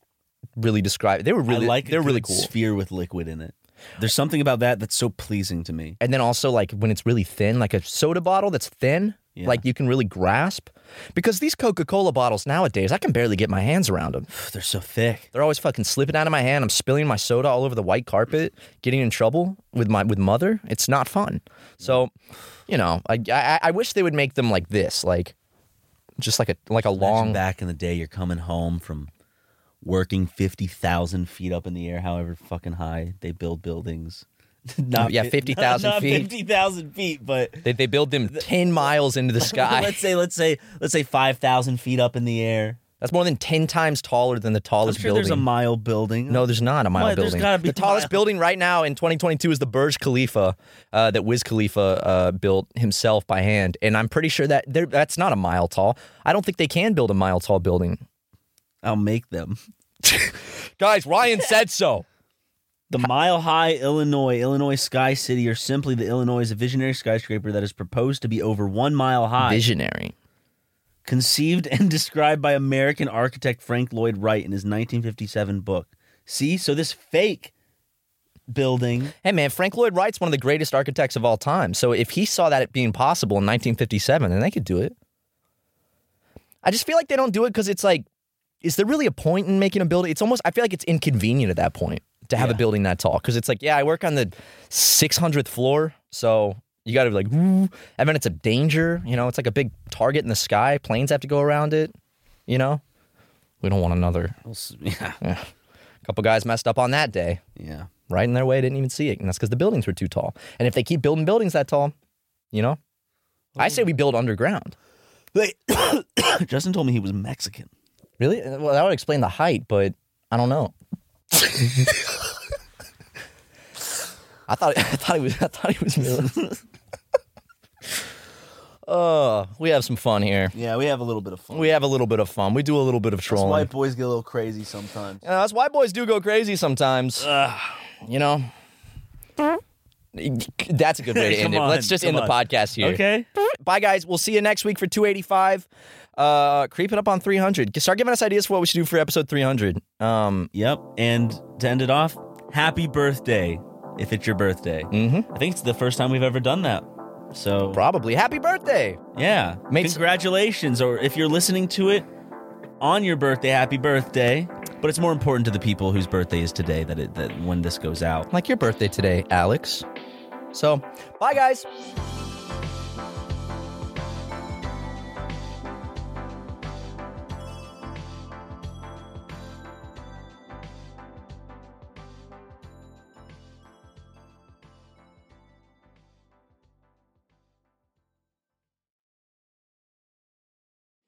B: really describe. They were really
C: I like a
B: they're
C: good
B: really cool.
C: Sphere with liquid in it. There's something about that that's so pleasing to me.
B: And then also like when it's really thin, like a soda bottle that's thin,
C: Yeah.
B: like you can really grasp. Because these Coca Cola bottles nowadays, I can barely get my hands around them.
C: They're so thick.
B: They're always fucking slipping out of my hand. I'm spilling my soda all over the white carpet, getting in trouble with my with mother. It's not fun. So, you know, I I, I wish they would make them like this, like just like a like a
C: Imagine
B: long.
C: back in the day, you're coming home from working fifty thousand feet up in the air, however fucking high they build buildings. not
B: Yeah,
C: fi-
B: 50,000
C: not- not
B: feet.
C: Oh, Fifty thousand feet, but
B: They, they build them ten miles into the sky.
C: let's say let's say let's say five thousand feet up in the air.
B: That's more than ten times taller than the
C: I'm
B: tallest
C: sure
B: building.
C: there's a mile building.
B: no, there's not a mile
C: Why, there's
B: building.
C: gotta be
B: the tallest
C: miles.
B: building right now in 2022 is the Burj Khalifa uh, that Wiz Khalifa uh, built himself by hand, and I'm pretty sure that they're- that's not a mile tall. I don't think they can build a mile tall building.
C: I'll make them.
B: Guys, Ryan said so.
C: The Mile High, Illinois, Illinois Sky City, or simply the Illinois is a visionary skyscraper that is proposed to be over one mile high.
B: Visionary.
C: conceived and described by American architect Frank Lloyd Wright in his 1957 book. See, so this fake building,
B: Hey man, Frank Lloyd Wright's one of the greatest architects of all time. So if he saw that it being possible in 1957, then they could do it. I just feel like they don't do it because it's like, is there really a point in making a building? It's almost I feel like it's inconvenient at that point to have a building that tall because it's like, yeah, I work on the 600th floor, so you got to be like, Ooh. and then it's a danger. You know, it's like a big target in the sky. Planes have to go around it. You know, we don't want another.
C: yeah,
B: couple guys messed up on that day
C: yeah,
B: right in their way, didn't even see it. And that's because the buildings were too tall. And if they keep building buildings that tall, you know, I say we build underground.
C: Justin told me he was Mexican.
B: Really? Uh, Well, that would explain the height, but I don't know. I thought I thought he was I thought he was middle. Oh, we have some fun here.
C: Yeah, we have a little bit of fun.
B: We have a little bit of fun. We do a little bit of trolling.
C: boys get a little crazy sometimes.
B: You know, us white boys do go crazy sometimes. You know? That's a good way to end
C: Come
B: it.
C: on,
B: Let's just end
C: come
B: the
C: on.
B: podcast here.
E: Okay.
B: Bye, guys. We'll see you next week for 285. Uh, creeping up on 300. Start giving us ideas for what we should do for episode 300. Um,
C: Yep, and to end it off, happy birthday if it's your birthday.
B: Mm.
C: Mm-hmm. I think it's the first time we've ever done that. So
B: probably. Happy birthday.
C: yeah,
B: Makes-
C: congratulations! Or if you're listening to it on your birthday, happy birthday! But it's more important to the people whose birthday is today that it, that when this goes out.
B: Like your birthday today, Alex. So, bye, guys.